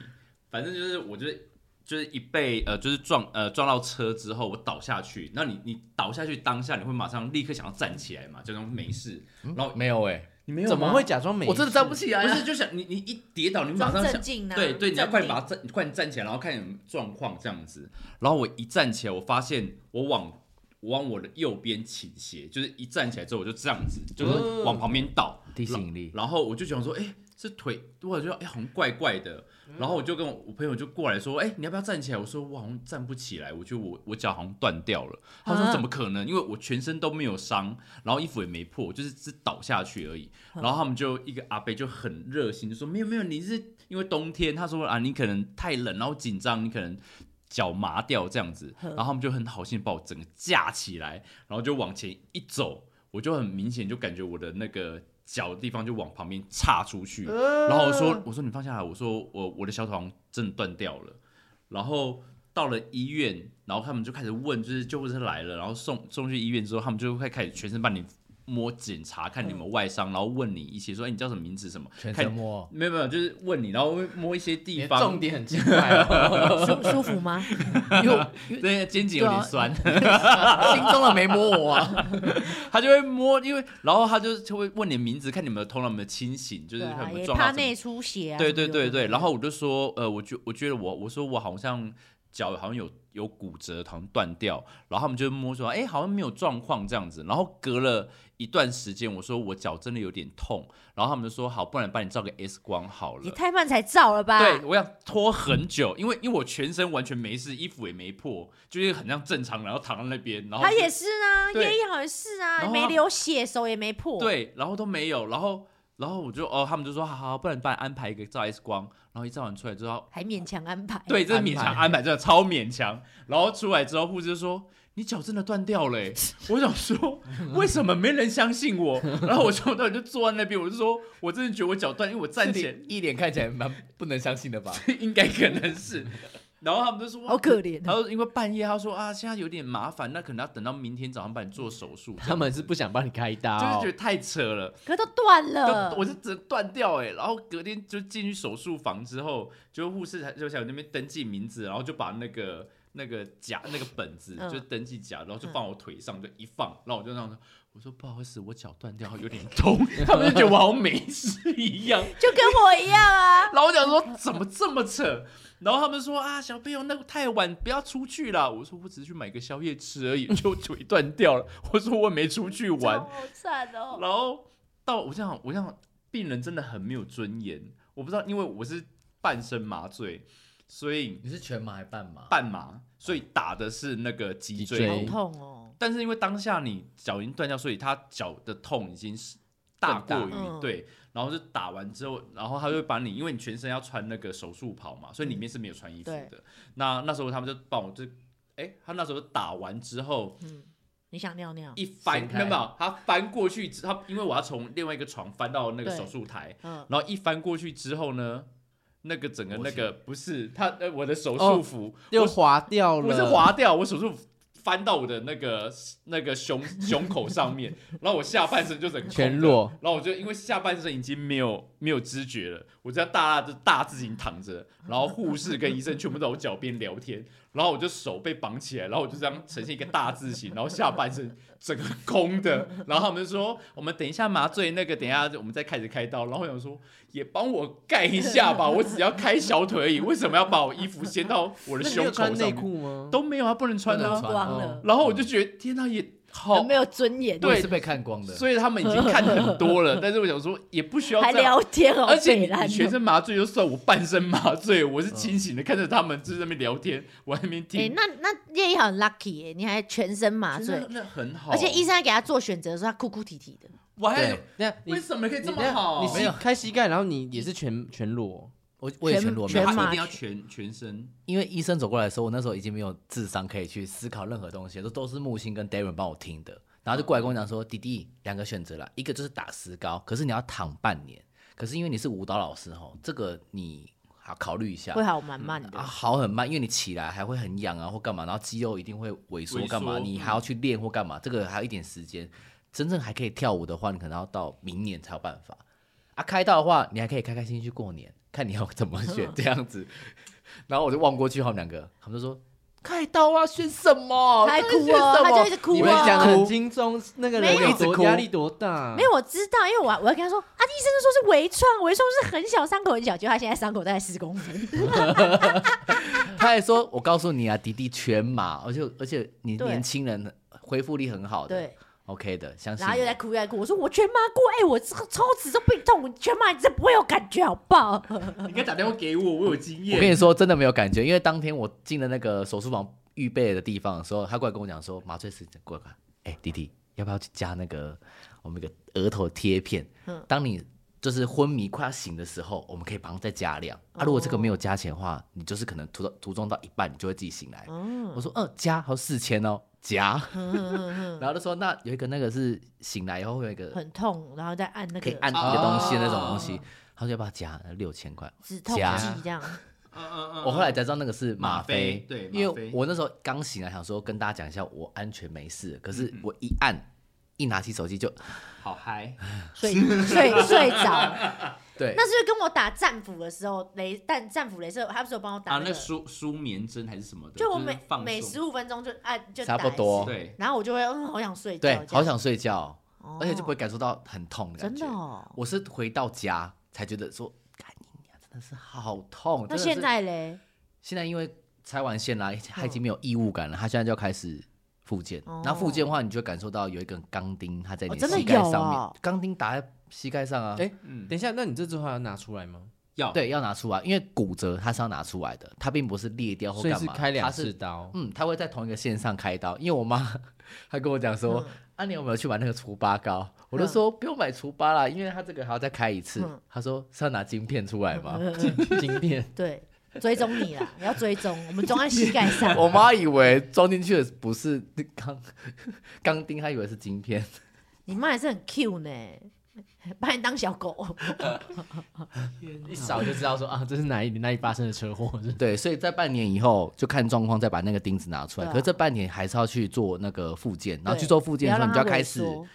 Speaker 2: 反正就是我就是就是一被呃就是撞呃撞到车之后我倒下去，那你你倒下去当下你会马上立刻想要站起来嘛，就当没事，然后
Speaker 4: 没有哎，
Speaker 2: 你没有
Speaker 3: 怎么
Speaker 2: 吗
Speaker 3: 会？假装没？
Speaker 4: 我真的站不起来
Speaker 2: 不
Speaker 4: 啊。
Speaker 2: 是就想你你一跌倒你马
Speaker 1: 装
Speaker 2: 上
Speaker 1: 镇
Speaker 2: 想。
Speaker 1: 静呢？
Speaker 2: 对对，你要快点
Speaker 1: 镇
Speaker 2: 把
Speaker 1: 定
Speaker 2: 它站，你快点站起来，然后看你状况这样子。然后我一站起来，我发现我往我往我的右边倾斜，就是一站起来之后我就这样子，就是往旁边倒。
Speaker 4: 地心引力，
Speaker 2: 然后我就想说，哎、这腿，我觉得哎、好像怪怪的。然后我就跟我我朋友就过来说，哎、你要不要站起来？我说我好像站不起来，我觉得我我脚好像断掉了。他说
Speaker 1: 啊
Speaker 2: 怎么可能？因为我全身都没有伤，然后衣服也没破，就是只倒下去而已。然后他们就一个阿伯就很热心，就说没有没有，你是因为冬天，他说啊你可能太冷，然后紧张，你可能。脚麻掉这样子，然后他们就很好心把我整个架起来，然后就往前一走，我就很明显就感觉我的那个脚的地方就往旁边岔出去，然后我
Speaker 1: 嗯
Speaker 2: 说我说你放下来，我说我我的小腿好像真的断掉了，然后到了医院，然后他们就开始问，就是救护车来了，然后送送去医院之后，他们就会开始全身帮你摸检查，看你有没有
Speaker 1: 嗯
Speaker 2: 外伤，然后问你一些说，哎、你叫什么名字什么，
Speaker 4: 全
Speaker 2: 看
Speaker 4: 身摸。
Speaker 2: 没有没有，就是问你，然后会摸一些地
Speaker 3: 你的
Speaker 2: 方，
Speaker 3: 重点很奇怪
Speaker 4: 啊
Speaker 3: 哦。
Speaker 1: 舒舒服吗？
Speaker 4: [laughs] 因为我
Speaker 2: 对肩颈有
Speaker 1: 啊
Speaker 2: 点酸， [laughs]
Speaker 4: 心中了没摸我啊，
Speaker 2: 他就会摸，因为然后他就就会问你名字，看你们头脑有没有清醒， [laughs] 就是
Speaker 1: 对
Speaker 2: 看
Speaker 1: 啊，
Speaker 2: 有
Speaker 1: 也
Speaker 2: 没有撞到
Speaker 1: 怕
Speaker 2: 什么
Speaker 1: 内出血啊。什
Speaker 2: 对
Speaker 1: 么
Speaker 2: 对
Speaker 1: 有
Speaker 2: 对
Speaker 1: 的
Speaker 2: 对，
Speaker 1: 没
Speaker 2: 然
Speaker 1: 的
Speaker 2: 后我就说，呃，我觉我觉得我我说我好像脚好像有有骨折，好像断掉，然后他们就摸说，哎、好像没有状况这样子，然后隔了一段时间，我说我脚真的有点痛，然后他们就说好，不然帮你照个 X 光好
Speaker 1: 也
Speaker 2: 了。
Speaker 1: 太慢才照了吧？
Speaker 2: 对，我想拖很久，因为因为我全身完全没事，衣服也没破，就是很像正常，然后躺在那边，然后
Speaker 1: 他
Speaker 2: 就
Speaker 1: 也是啊，
Speaker 2: 呃对
Speaker 1: 爷爷好像是啊，
Speaker 2: 然后
Speaker 1: 没
Speaker 2: 他
Speaker 1: 流血，手也没破。，
Speaker 2: 对，然后都没有，然后然后我就哦，他们就说好好，不然帮你安排一个照 X 光，然后一照完出来之后，
Speaker 1: 还勉强安排。
Speaker 2: 对，这是
Speaker 3: 安
Speaker 2: 勉强
Speaker 3: 排
Speaker 2: 安排，真的超勉强。然后出来之后，护士就说：“你脚真的断掉了、欸。”我想说，为什么没人相信我？然后我就到就坐在那边，我就说：“我真的觉得我脚断，因为我站起来
Speaker 4: 一脸看起来蛮不能相信的吧？
Speaker 2: [laughs] 应该可能是。”然后他们就说：“
Speaker 5: 好可怜
Speaker 2: 他
Speaker 5: 哦。
Speaker 2: 说：“因为半夜，他说啊，现在有点麻烦，那可能要等到明天早上帮你做手术。”
Speaker 3: 他们是不想帮你开
Speaker 2: 就是
Speaker 3: 刀
Speaker 2: 觉得，太扯了。
Speaker 1: 可都断
Speaker 2: 就
Speaker 1: 了
Speaker 2: 我。是整个断掉哎、欸，然后隔天就进去手术房之后，就护士才就想那边登记名字，然后就把那个那个夹那个本子，
Speaker 1: 嗯
Speaker 2: 就是登记夹，然后就放我腿上，就一放，然后我就让他我说不好意思，我脚断掉，有点痛，他们就觉得我好像没事一样，
Speaker 1: 就跟我一样啊，
Speaker 2: 然后我想说怎么这么扯，然后他们说啊，小朋友那个太晚，不要出去啦。我说我只是去买个宵夜吃而已，就腿断掉了，我说我没出 [laughs] 去玩，
Speaker 1: 好惨哦。
Speaker 2: 然后到我这样，我这样，病人真的很没有尊严。我不知道，因为我是半身麻醉，所以
Speaker 4: 你是全麻还半麻？
Speaker 2: 半麻，所以打的是那个脊
Speaker 3: 脊
Speaker 2: 椎
Speaker 3: 椎
Speaker 1: 好。痛哦，
Speaker 2: 但是因为当下你脚已经断掉，所以他脚的痛已经是大过于
Speaker 1: 更大嗯
Speaker 2: 对。然后就打完之后，然后他就会把你，因为你全身要穿那个手术袍嘛，所以里面是没有穿衣服
Speaker 1: 对
Speaker 2: 的。那那时候他们就帮我就，哎，他那时候打完之后，
Speaker 1: 嗯你想尿尿？
Speaker 2: 一翻，
Speaker 4: 掀
Speaker 2: 没有
Speaker 4: 开
Speaker 2: 没有，他翻过去之，他因为我要从另外一个床翻到那个
Speaker 1: 对
Speaker 2: 手术台，
Speaker 1: 嗯，
Speaker 2: 然后一翻过去之后呢，那个整个
Speaker 4: 我
Speaker 2: 那
Speaker 4: 去
Speaker 2: 个不是他呃我的手术
Speaker 3: 哦
Speaker 2: 服，
Speaker 3: 又
Speaker 2: 我
Speaker 3: 滑掉了，
Speaker 2: 不是滑掉，我手术服翻到我的那个那个胸胸口上面，然后我下半身就整个
Speaker 3: 全
Speaker 2: 空的
Speaker 3: 裸，
Speaker 2: 然后我就因为下半身已经没有没有知觉了，我在大大的大字型躺着，然后护士跟医生全部在我脚边聊天，然后我就手被绑起来，然后我就这样呈现一个大字型，然后下半身整个空的，然后他们就说我们等一下麻醉那个，等一下我们再开始开刀，然后我想说也帮我盖一下吧，我只要开小腿而已，为什么要把我衣服掀到我的
Speaker 3: 那你
Speaker 2: 胸
Speaker 3: 有
Speaker 2: 口
Speaker 3: 穿
Speaker 2: 上
Speaker 3: 内
Speaker 2: 面？
Speaker 3: 裤吗？
Speaker 2: 都没有，他不能穿
Speaker 4: 不能
Speaker 2: 啊
Speaker 4: 穿。嗯
Speaker 1: 光
Speaker 3: 哦
Speaker 1: 了，
Speaker 2: 然后我就觉得天哪，也好
Speaker 1: 很没有尊严，
Speaker 4: 我也
Speaker 2: 哦对
Speaker 4: 是被看光的，
Speaker 2: 所以他们已经看很多
Speaker 4: [laughs]
Speaker 2: 了，但是我想说也不需要
Speaker 1: 还
Speaker 2: 这样。
Speaker 1: 聊天哦，
Speaker 2: 而且
Speaker 1: 北
Speaker 2: 你
Speaker 1: 兰
Speaker 2: 你
Speaker 1: 哦
Speaker 2: 全身麻醉就算，我半身麻醉，我是清醒的，看着他们就在那边聊天，我在那边
Speaker 1: 哎、
Speaker 2: 听，
Speaker 1: 那那叶一好很 lucky 哎、你还全身麻
Speaker 2: 真的
Speaker 1: 醉，
Speaker 2: 那很好。
Speaker 1: 而且医生还给他做选择，说他哭哭啼啼的，
Speaker 2: 我还
Speaker 4: 对
Speaker 3: 那你
Speaker 2: 为什么可以这
Speaker 3: 你
Speaker 2: 么好？
Speaker 3: 你
Speaker 4: 没
Speaker 3: 膝
Speaker 4: 有
Speaker 3: 开膝盖，然后你也是全全裸，
Speaker 4: 我我也
Speaker 5: 全
Speaker 4: 全裸
Speaker 5: 全
Speaker 4: 没有
Speaker 2: 他
Speaker 5: 麻
Speaker 2: 一定要全全身，
Speaker 4: 因为医生走过来的时候，我那时候已经没有智商可以去思考任何东 [laughs] 西，都都是木星跟 Darren 帮我听的，然后就过来跟我讲说，弟弟两个选择啦，一个就是打石膏，可是你要躺半年，可是因为你是舞蹈老师吼，这个你好考虑一下
Speaker 1: 会。好蛮慢的。
Speaker 4: 啊，好很慢，因为你起来还会很痒啊，或干嘛，然后肌肉一定会萎缩
Speaker 2: 萎缩
Speaker 4: 干嘛，你还要去练或干
Speaker 1: 嗯
Speaker 4: 嘛，这个还有一点时间。真正还可以跳舞的话，你可能要到明年才有办法。啊，开到的话，你还可以开开心心去过年， [laughs] 看你要怎么选
Speaker 1: 嗯
Speaker 4: 这样子。然后我就望过去，他们两个，他们就说：“开刀啊，选什么？
Speaker 1: 他还
Speaker 4: 到底
Speaker 3: [laughs]
Speaker 1: 哭
Speaker 4: 选
Speaker 1: 哦
Speaker 4: 什
Speaker 1: 他就
Speaker 4: 么
Speaker 1: 一直哭
Speaker 4: 你
Speaker 3: 你
Speaker 4: 们
Speaker 3: 们
Speaker 4: 讲
Speaker 3: 讲
Speaker 4: 很
Speaker 3: 很
Speaker 4: 清，
Speaker 3: 轻松，那个
Speaker 1: 没有
Speaker 3: 人有
Speaker 4: 一直
Speaker 3: 多
Speaker 4: 哭
Speaker 3: 压力多大？
Speaker 1: 没有，我知道，因为我我要跟他说啊，医生就说是微创，微创就是很小伤口很小，就他现在伤口大概四公分，
Speaker 4: 他还说：“我告诉你啊，迪迪全麻，而且而且你
Speaker 1: 对
Speaker 4: 年轻人恢复力很好的
Speaker 1: 对，
Speaker 4: ，OK 的，相信
Speaker 1: 然后又
Speaker 4: 我
Speaker 1: 在哭又在哭，我说我全麻过，哎、我这个抽脂都病痛，我全麻你这不会有感觉好不好？
Speaker 2: 你可以打电话给我，我有经
Speaker 4: 我跟
Speaker 2: 验。
Speaker 4: 你说，真的没有感觉，因为当天我进了那个手术房预备的地方的时候，他过来跟我讲说，麻醉师过来，哎、弟弟，要不要去加那个我们一个额头贴片？
Speaker 1: 嗯
Speaker 4: 当你就是昏迷快要醒的时候，我们可以帮他再加量。啊，如果这个没有加钱的话，你就是可能途到途中到一半，你就会自己醒来。
Speaker 1: 哦
Speaker 4: 我说，嗯，加好四千哦，加。 [laughs] 然后他说，那有一个那个是醒来以后会有一个
Speaker 1: 很痛，然后再按那
Speaker 4: 可以
Speaker 1: 个
Speaker 4: 按一个东西的那种东西，他说要不要加呃六千块？
Speaker 1: 止痛
Speaker 4: 夹
Speaker 1: 剂这样，
Speaker 2: 嗯嗯嗯
Speaker 4: 我后来才知道那个是吗
Speaker 2: 吗啡
Speaker 4: 啡，
Speaker 2: 对
Speaker 4: 因
Speaker 2: 吗
Speaker 4: 为
Speaker 2: 啡
Speaker 4: 我那时候刚醒来，想说跟大家讲一下，我安全没事。可是我一按，一拿起手机就
Speaker 2: 好嗨，
Speaker 1: 睡睡睡着。
Speaker 4: 对，
Speaker 1: 那是不是跟我打战斧的时候，雷但战斧镭射，他不是有帮我打
Speaker 2: 啊，
Speaker 1: 那
Speaker 2: 那
Speaker 1: 个？
Speaker 2: 舒舒眠针还是什么的，
Speaker 1: 就我
Speaker 2: 是
Speaker 1: 每
Speaker 2: 放
Speaker 1: 每
Speaker 2: 松
Speaker 1: 十五分钟就按就
Speaker 4: 差
Speaker 1: 打
Speaker 4: 不多
Speaker 1: 一次
Speaker 2: 对，
Speaker 1: 然后我就会嗯，好想睡觉，
Speaker 4: 对，好，想睡觉，而且就不会
Speaker 1: 哦
Speaker 4: 感受到很痛的感
Speaker 1: 真
Speaker 4: 觉。
Speaker 1: 的哦。
Speaker 4: 我是回到家啊才觉得说，干你娘，真的是好痛。
Speaker 1: 那
Speaker 4: 真的是
Speaker 1: 现在嘞，
Speaker 4: 现在因为拆完线啦，哎他已经没有异物感了，他现在就要开始复健。然后复健的话，你就感受到有一根钢钉，它在你
Speaker 1: 哦真的
Speaker 4: 膝盖
Speaker 1: 有
Speaker 4: 上
Speaker 1: 哦
Speaker 4: 面，钢钉打在膝盖上啊。
Speaker 3: 哎
Speaker 2: 嗯，
Speaker 3: 等一下，那你这句话要拿出来吗？
Speaker 2: 要
Speaker 4: 对，要拿出来，因为骨折它是要拿出来的，它并不是裂掉或
Speaker 3: 所以
Speaker 4: 干
Speaker 3: 是
Speaker 4: 嘛，
Speaker 3: 开两
Speaker 4: 它
Speaker 3: 次
Speaker 4: 是
Speaker 3: 刀，
Speaker 4: 嗯，它会在同一个线上开刀。因为我妈她跟我讲
Speaker 1: 嗯
Speaker 4: 说，啊，你有没有去买那个除疤膏？我就说不用买除疤啦，因为它这个还要再开一次
Speaker 1: 嗯。
Speaker 4: 她说是要拿晶片出来吗？。
Speaker 3: 晶片
Speaker 1: 对，追踪你啦，要追踪，我们装在膝盖上
Speaker 4: [laughs] 我妈以为装进去的不是那钢 [laughs] 钢钉，她以为是晶片。 [laughs]
Speaker 1: 你妈也是很 Q 呢，把你当小狗。
Speaker 3: 一扫就知道说啊，这是哪一哪里发生的车祸？是
Speaker 4: 对，所以在半年以后就看状况，再把那个钉子拿出来。
Speaker 1: 对啊
Speaker 4: 可是这半年还是要去做那个复健，然后
Speaker 1: 对
Speaker 4: 去做复健的时候，你
Speaker 1: 不
Speaker 4: 就
Speaker 1: 要让它
Speaker 4: 要开
Speaker 1: 萎
Speaker 4: 始
Speaker 1: 缩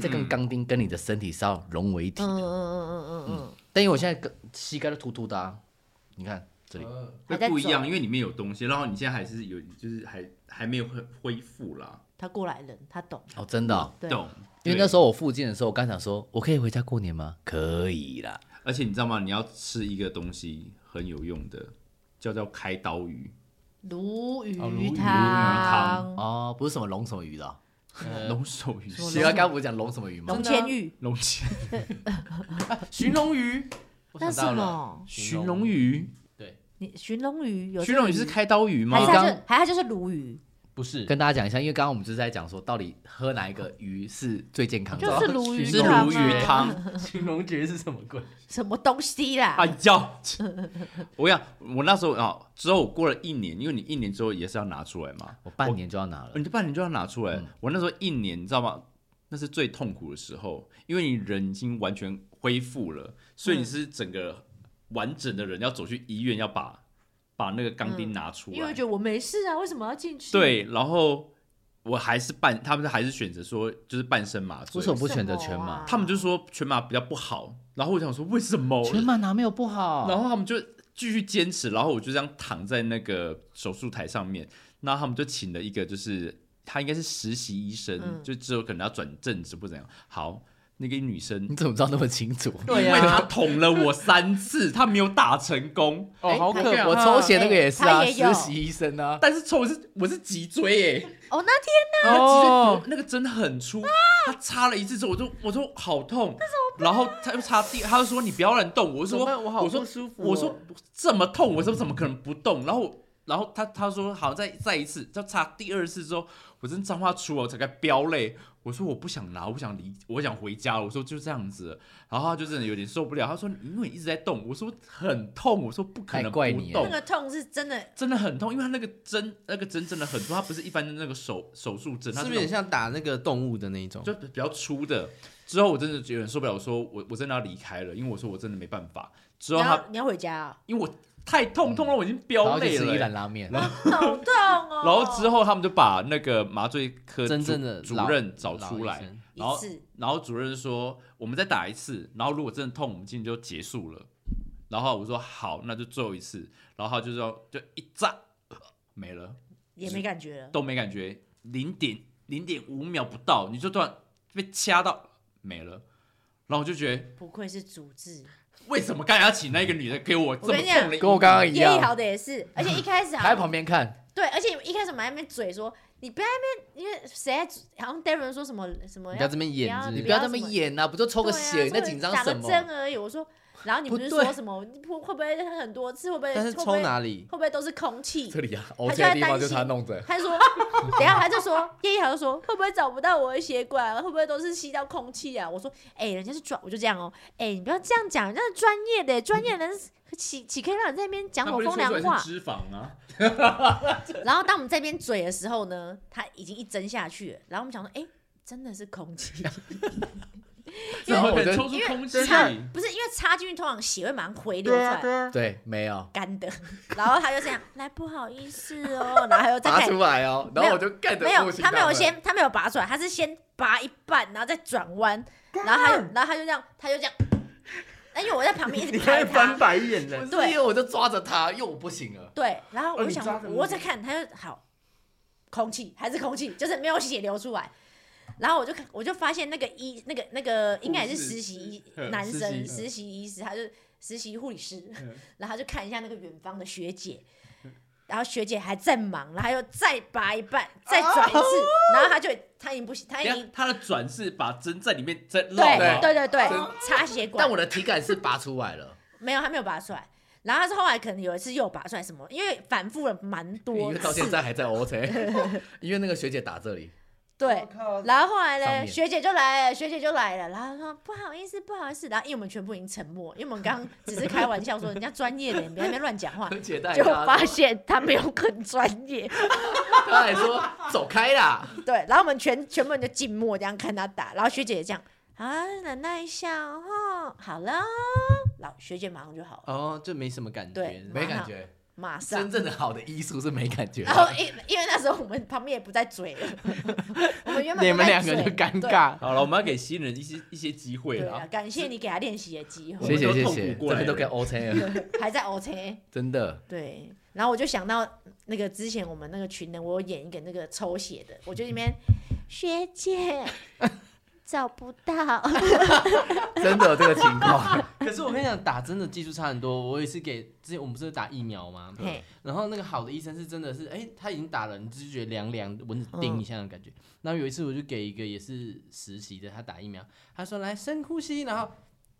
Speaker 4: 这根钢钉跟你的身体是要融为一体
Speaker 1: 嗯
Speaker 4: 的。
Speaker 1: 嗯嗯嗯嗯嗯，
Speaker 4: 但因为我现在跟膝盖都突突的、啊，你看这里，
Speaker 2: 会
Speaker 1: 呃还在
Speaker 2: 不一
Speaker 1: 走
Speaker 2: 样，因为里面有东西，然后你现在还是有，就是还还没有恢恢复啦，
Speaker 1: 他过来人，他懂。
Speaker 4: 哦，真的哦、
Speaker 1: 对，
Speaker 2: 懂？
Speaker 4: 因为
Speaker 2: 对
Speaker 4: 那时候我复健的时候，我刚想说，我可以回家过年吗？可以啦，
Speaker 2: 而且你知道吗？你要吃一个东西很有用的，叫做开刀鱼，
Speaker 1: 鲈
Speaker 3: 哦鲈鱼
Speaker 1: 鱼
Speaker 2: 汤
Speaker 1: 汤、
Speaker 4: 哦，不是什么龙什么鱼的哦、
Speaker 2: 龙首鱼，
Speaker 4: 喜欢刚不是讲龙什么鱼吗
Speaker 1: 龙？千玉，
Speaker 2: 龙
Speaker 4: [laughs]
Speaker 2: 虾、
Speaker 3: 寻龙鱼，我
Speaker 1: 那
Speaker 3: 想
Speaker 1: 是
Speaker 3: 到
Speaker 1: 什
Speaker 3: 了，
Speaker 1: 么？
Speaker 2: 寻龙鱼，
Speaker 3: 对，
Speaker 1: 你寻龙鱼有
Speaker 2: 寻龙鱼是开刀鱼吗
Speaker 1: 还？是它
Speaker 4: 刚
Speaker 1: 就还它就是鲈鱼，
Speaker 3: 不是
Speaker 4: 跟大家讲一下，因为刚刚我们就是在讲说，到底喝哪一个鱼是最健康的？
Speaker 1: 就是鲈鱼
Speaker 2: 是
Speaker 1: 汤
Speaker 2: 鲈鱼
Speaker 1: 啊
Speaker 2: 汤。
Speaker 3: 寻 [laughs] 龙诀是什么鬼？
Speaker 1: 什么东西啦？
Speaker 2: 哎呀，我想我那时候啊，之后我过了一年，因为你一年之后也是要拿出来
Speaker 4: [laughs]
Speaker 2: 嘛，哦
Speaker 4: 我半年就要拿了
Speaker 2: 你，这半年就要拿出来。
Speaker 4: 嗯
Speaker 2: 我那时候一年，你知道吗？那是最痛苦的时候，因为你人已经完全恢复了，所以你是整个完整的人要走去医院，要把把那个钢
Speaker 4: 嗯
Speaker 2: 钉拿出
Speaker 1: 因为
Speaker 2: 来。
Speaker 1: 觉得我没事啊，为什么要进去？
Speaker 2: 对，然后我还是半，他们还是选择说就是半身麻醉
Speaker 4: 为什。么不选择
Speaker 1: 为什
Speaker 4: 全
Speaker 1: 么啊
Speaker 4: 麻？
Speaker 2: 他们就说全麻比较不好，然后我想说为什么？
Speaker 4: 全麻哪没有不 [laughs] 好？
Speaker 2: 然后他们就继续坚持，然后我就这样躺在那个手术台上面，然后他们就请了一个就是他应该是实习医生，
Speaker 1: 嗯
Speaker 2: 就之后可能要转正职或怎样。好，那个女生
Speaker 4: 你，怎么知道那么清楚？
Speaker 3: 对
Speaker 2: 因为她捅了我三次，她没有打成功，
Speaker 3: 哦，好可
Speaker 2: 哎
Speaker 4: 我抽血那个也是啊，
Speaker 1: 他也有
Speaker 4: 实习医生啊，
Speaker 2: 但是抽的是我是脊椎耶、
Speaker 1: [laughs] 哦，那天
Speaker 2: 哦
Speaker 3: 哦，
Speaker 2: 那个针很粗，他插了一次之后，我就我说好痛，然后他又插第，他就说你不要乱动，我就
Speaker 3: 怎
Speaker 2: 说
Speaker 3: 么办我好
Speaker 2: 我说
Speaker 3: 不舒服哦
Speaker 2: 我说这么痛，我说怎么可能不动？然后我然后他他说好再再一次，就插第二次之后，我真脏话出来，我才该飙泪。我说我不想拿，我不想离，我想回家了。我说就这样子了，然后他就真的有点受不了。他说因为你一直在动，我说很痛，我说不可能
Speaker 4: 太
Speaker 2: 不
Speaker 4: 怪你了
Speaker 2: 动
Speaker 1: 那。个痛是真的，
Speaker 2: 真的很痛，因为他那个针，那个针真的很粗，它不是一般的那个手手术针，它
Speaker 3: 是
Speaker 2: 那种
Speaker 3: 不是有点像打那个动物的那一种？
Speaker 2: 就比较粗的。之后我真的有点受不了，我说我我真的要离开了，因为我说我真的没办法。之后
Speaker 1: 然
Speaker 2: 他
Speaker 1: 后你要回家啊，
Speaker 2: 因为我太痛，痛到我已经
Speaker 4: 然
Speaker 2: 飙
Speaker 4: 后就
Speaker 2: 泪
Speaker 4: 吃
Speaker 2: 了
Speaker 4: 一
Speaker 2: 欸、
Speaker 4: 兰拉面，
Speaker 1: 好痛哦。
Speaker 2: 然后之后他们就把那个麻醉科
Speaker 3: 真
Speaker 2: 主
Speaker 3: 正的
Speaker 2: 主
Speaker 3: 老
Speaker 2: 任找出，
Speaker 3: 老医
Speaker 2: 来，
Speaker 3: 生
Speaker 2: 然后
Speaker 1: 一次
Speaker 2: 然后主任说我们再打一次，然后如果真的痛，我们今天就结束了。然后我说好，那就最后一次。然后他就说就一扎没了。
Speaker 1: 也没感觉了，
Speaker 2: 都没感觉，零点零点五秒不到，你就突然被掐到没了，然后我就觉得
Speaker 1: 不愧是主治。
Speaker 2: 为什么刚才要请那个女的给我这么
Speaker 1: 我跟你讲
Speaker 2: 痛的一
Speaker 4: 跟我刚刚一
Speaker 1: 叶一
Speaker 4: 样，
Speaker 1: 豪的也是，而且一开始
Speaker 4: 还在
Speaker 1: 啊，
Speaker 4: 旁边看，
Speaker 1: 对，而且一开始我们还在那边嘴说你不要在那边，因为谁在好像 Darren 说什么什么
Speaker 3: 不要这边演
Speaker 1: 不要
Speaker 3: 是不
Speaker 4: 你
Speaker 3: 是
Speaker 4: 不要那么演啊，不就抽个
Speaker 1: 对
Speaker 4: 血，你
Speaker 1: 啊
Speaker 4: 在紧张
Speaker 1: 打
Speaker 4: 什
Speaker 1: 个
Speaker 4: 么？
Speaker 1: 针而已。我说，然后你不是
Speaker 4: 不对
Speaker 1: 说什么你会会不会很多次，会不会
Speaker 3: 但是
Speaker 1: 会不会
Speaker 3: 抽哪里
Speaker 1: 会？不会都是空气？
Speaker 4: 这里啊，O
Speaker 1: 他
Speaker 4: K
Speaker 1: 就在
Speaker 4: 的地方
Speaker 1: 担
Speaker 4: 就
Speaker 1: 心
Speaker 4: 是他弄的，
Speaker 1: 他就说， [laughs] 等一下他就说，叶一豪就说，会不会找不到我的血管？会不会都是吸到空气啊？我说，哎、人家是专，我就这样哦、哎、你不要这样讲，人家是专业的，专业人是岂岂可以让你在那边讲
Speaker 2: 那
Speaker 1: 我
Speaker 2: 不是
Speaker 1: 风
Speaker 2: 说出
Speaker 1: 凉
Speaker 2: 来
Speaker 1: 话
Speaker 2: 是？脂肪啊，
Speaker 1: [laughs] 然后当我们在那边嘴的时候呢，他已经一针下去了，然后我们想说，哎、真的是空气， [laughs]
Speaker 2: 怎么可
Speaker 4: 我
Speaker 2: 能
Speaker 4: 的
Speaker 2: 抽出空气？
Speaker 1: 插不是因为插进去，通常血会马上回流出来，
Speaker 4: 对，啊没有
Speaker 1: 干的，然后他就这样，来不好意思哦，然后他又再
Speaker 4: 拔
Speaker 1: 开
Speaker 4: 出来哦，然后我就干的
Speaker 1: 没有，他没有先，他没有拔出来，他是先拔一半，然后再转弯，然后他就，然后他就这样，他就这样，那因为我在旁边一直拍他，
Speaker 3: 白眼了
Speaker 4: 对，因为我就抓着他，又我不行了，
Speaker 1: 对，然后我就想
Speaker 3: 哦你抓着
Speaker 1: 说，我在看，他就好，空气还是空气，就是没有血流出来，然后我就看，我就发现那个医，那个那个应该也是实习医
Speaker 2: 嗯
Speaker 1: 男
Speaker 2: 实
Speaker 1: 生，
Speaker 2: 习
Speaker 1: 实习医师，他就实习护理师，
Speaker 4: 嗯
Speaker 1: [laughs] 然后他就看一下那个远方的学姐。嗯然后学姐还在忙，然后又再拔一半，再转一次，
Speaker 4: 哦
Speaker 1: [laughs] 然后他就他已经不行，他已
Speaker 2: 等一
Speaker 1: 经
Speaker 2: 下他的转是把针在里面再绕
Speaker 1: 对
Speaker 2: 啊，
Speaker 1: 对对对，插血管。
Speaker 4: 但我的体感是拔出来 [laughs] 了，
Speaker 1: 没有，他没有拔出来。然后他是后来可能有一次又拔出来什么，因为反复了蛮
Speaker 4: 因
Speaker 1: 多
Speaker 4: 为
Speaker 1: 次。
Speaker 4: 到现在还在 O K，因为那个学姐打这 [laughs] 里，
Speaker 1: 对，然后后来
Speaker 4: 上
Speaker 1: 呢，
Speaker 4: 面
Speaker 1: 学姐就来了，学姐就来了，然后说不好意思，不好意思。然后因为我们全部已经沉默，因为我们刚刚只是开玩笑说人家专业的，你别在那边乱讲话。
Speaker 4: 而且他还
Speaker 1: 就
Speaker 4: 跟他
Speaker 1: 发
Speaker 4: 说
Speaker 1: 现他没有很专业，
Speaker 4: 他还说走开啦，
Speaker 1: 对，然后我们全全部人就静默这样看他打，然后学姐也这样啊，忍耐一下哦，好了哦，然后学姐马上就好了，
Speaker 3: 哦，就没什么感
Speaker 1: 对
Speaker 3: 觉，
Speaker 4: 没感觉。
Speaker 1: 马上
Speaker 4: 真正的好的啊医术是没感觉的
Speaker 1: 然，后因因为那时候我们旁边也不在嘴了，我们原本
Speaker 3: 你
Speaker 1: 不
Speaker 3: 们
Speaker 1: 在
Speaker 3: 两个
Speaker 1: 嘴
Speaker 3: 就尴。
Speaker 1: 对
Speaker 3: 尬。
Speaker 2: 好了，我们要给新人一些一些机会
Speaker 1: 对
Speaker 2: 啦
Speaker 1: 啊，。感谢你给他练习的机
Speaker 2: 我们
Speaker 4: 谢
Speaker 1: 会，
Speaker 2: 都
Speaker 4: 谢谢
Speaker 2: 痛
Speaker 4: 谢，
Speaker 2: 苦过来
Speaker 4: 这边都
Speaker 2: 了
Speaker 4: 给 O K 了，
Speaker 1: 还在 E OK。
Speaker 4: 真的。
Speaker 1: 对，然后我就想到那个之前我们那个群呢，我有演一个那个抽血的，我就里
Speaker 3: [laughs]
Speaker 1: 面学姐找不到，
Speaker 4: 真的有这个情况，
Speaker 3: 可是我跟你讲，打针的技术差很多。我也是给之前我们不是打疫苗吗？
Speaker 1: 嘿，
Speaker 3: 然后那个好的医生是真的是，哎、他已经打了，你就是觉得凉凉，蚊子叮一下的感觉。然后有一次我就给一个也是实习的，他打疫苗，他说来深呼吸，然后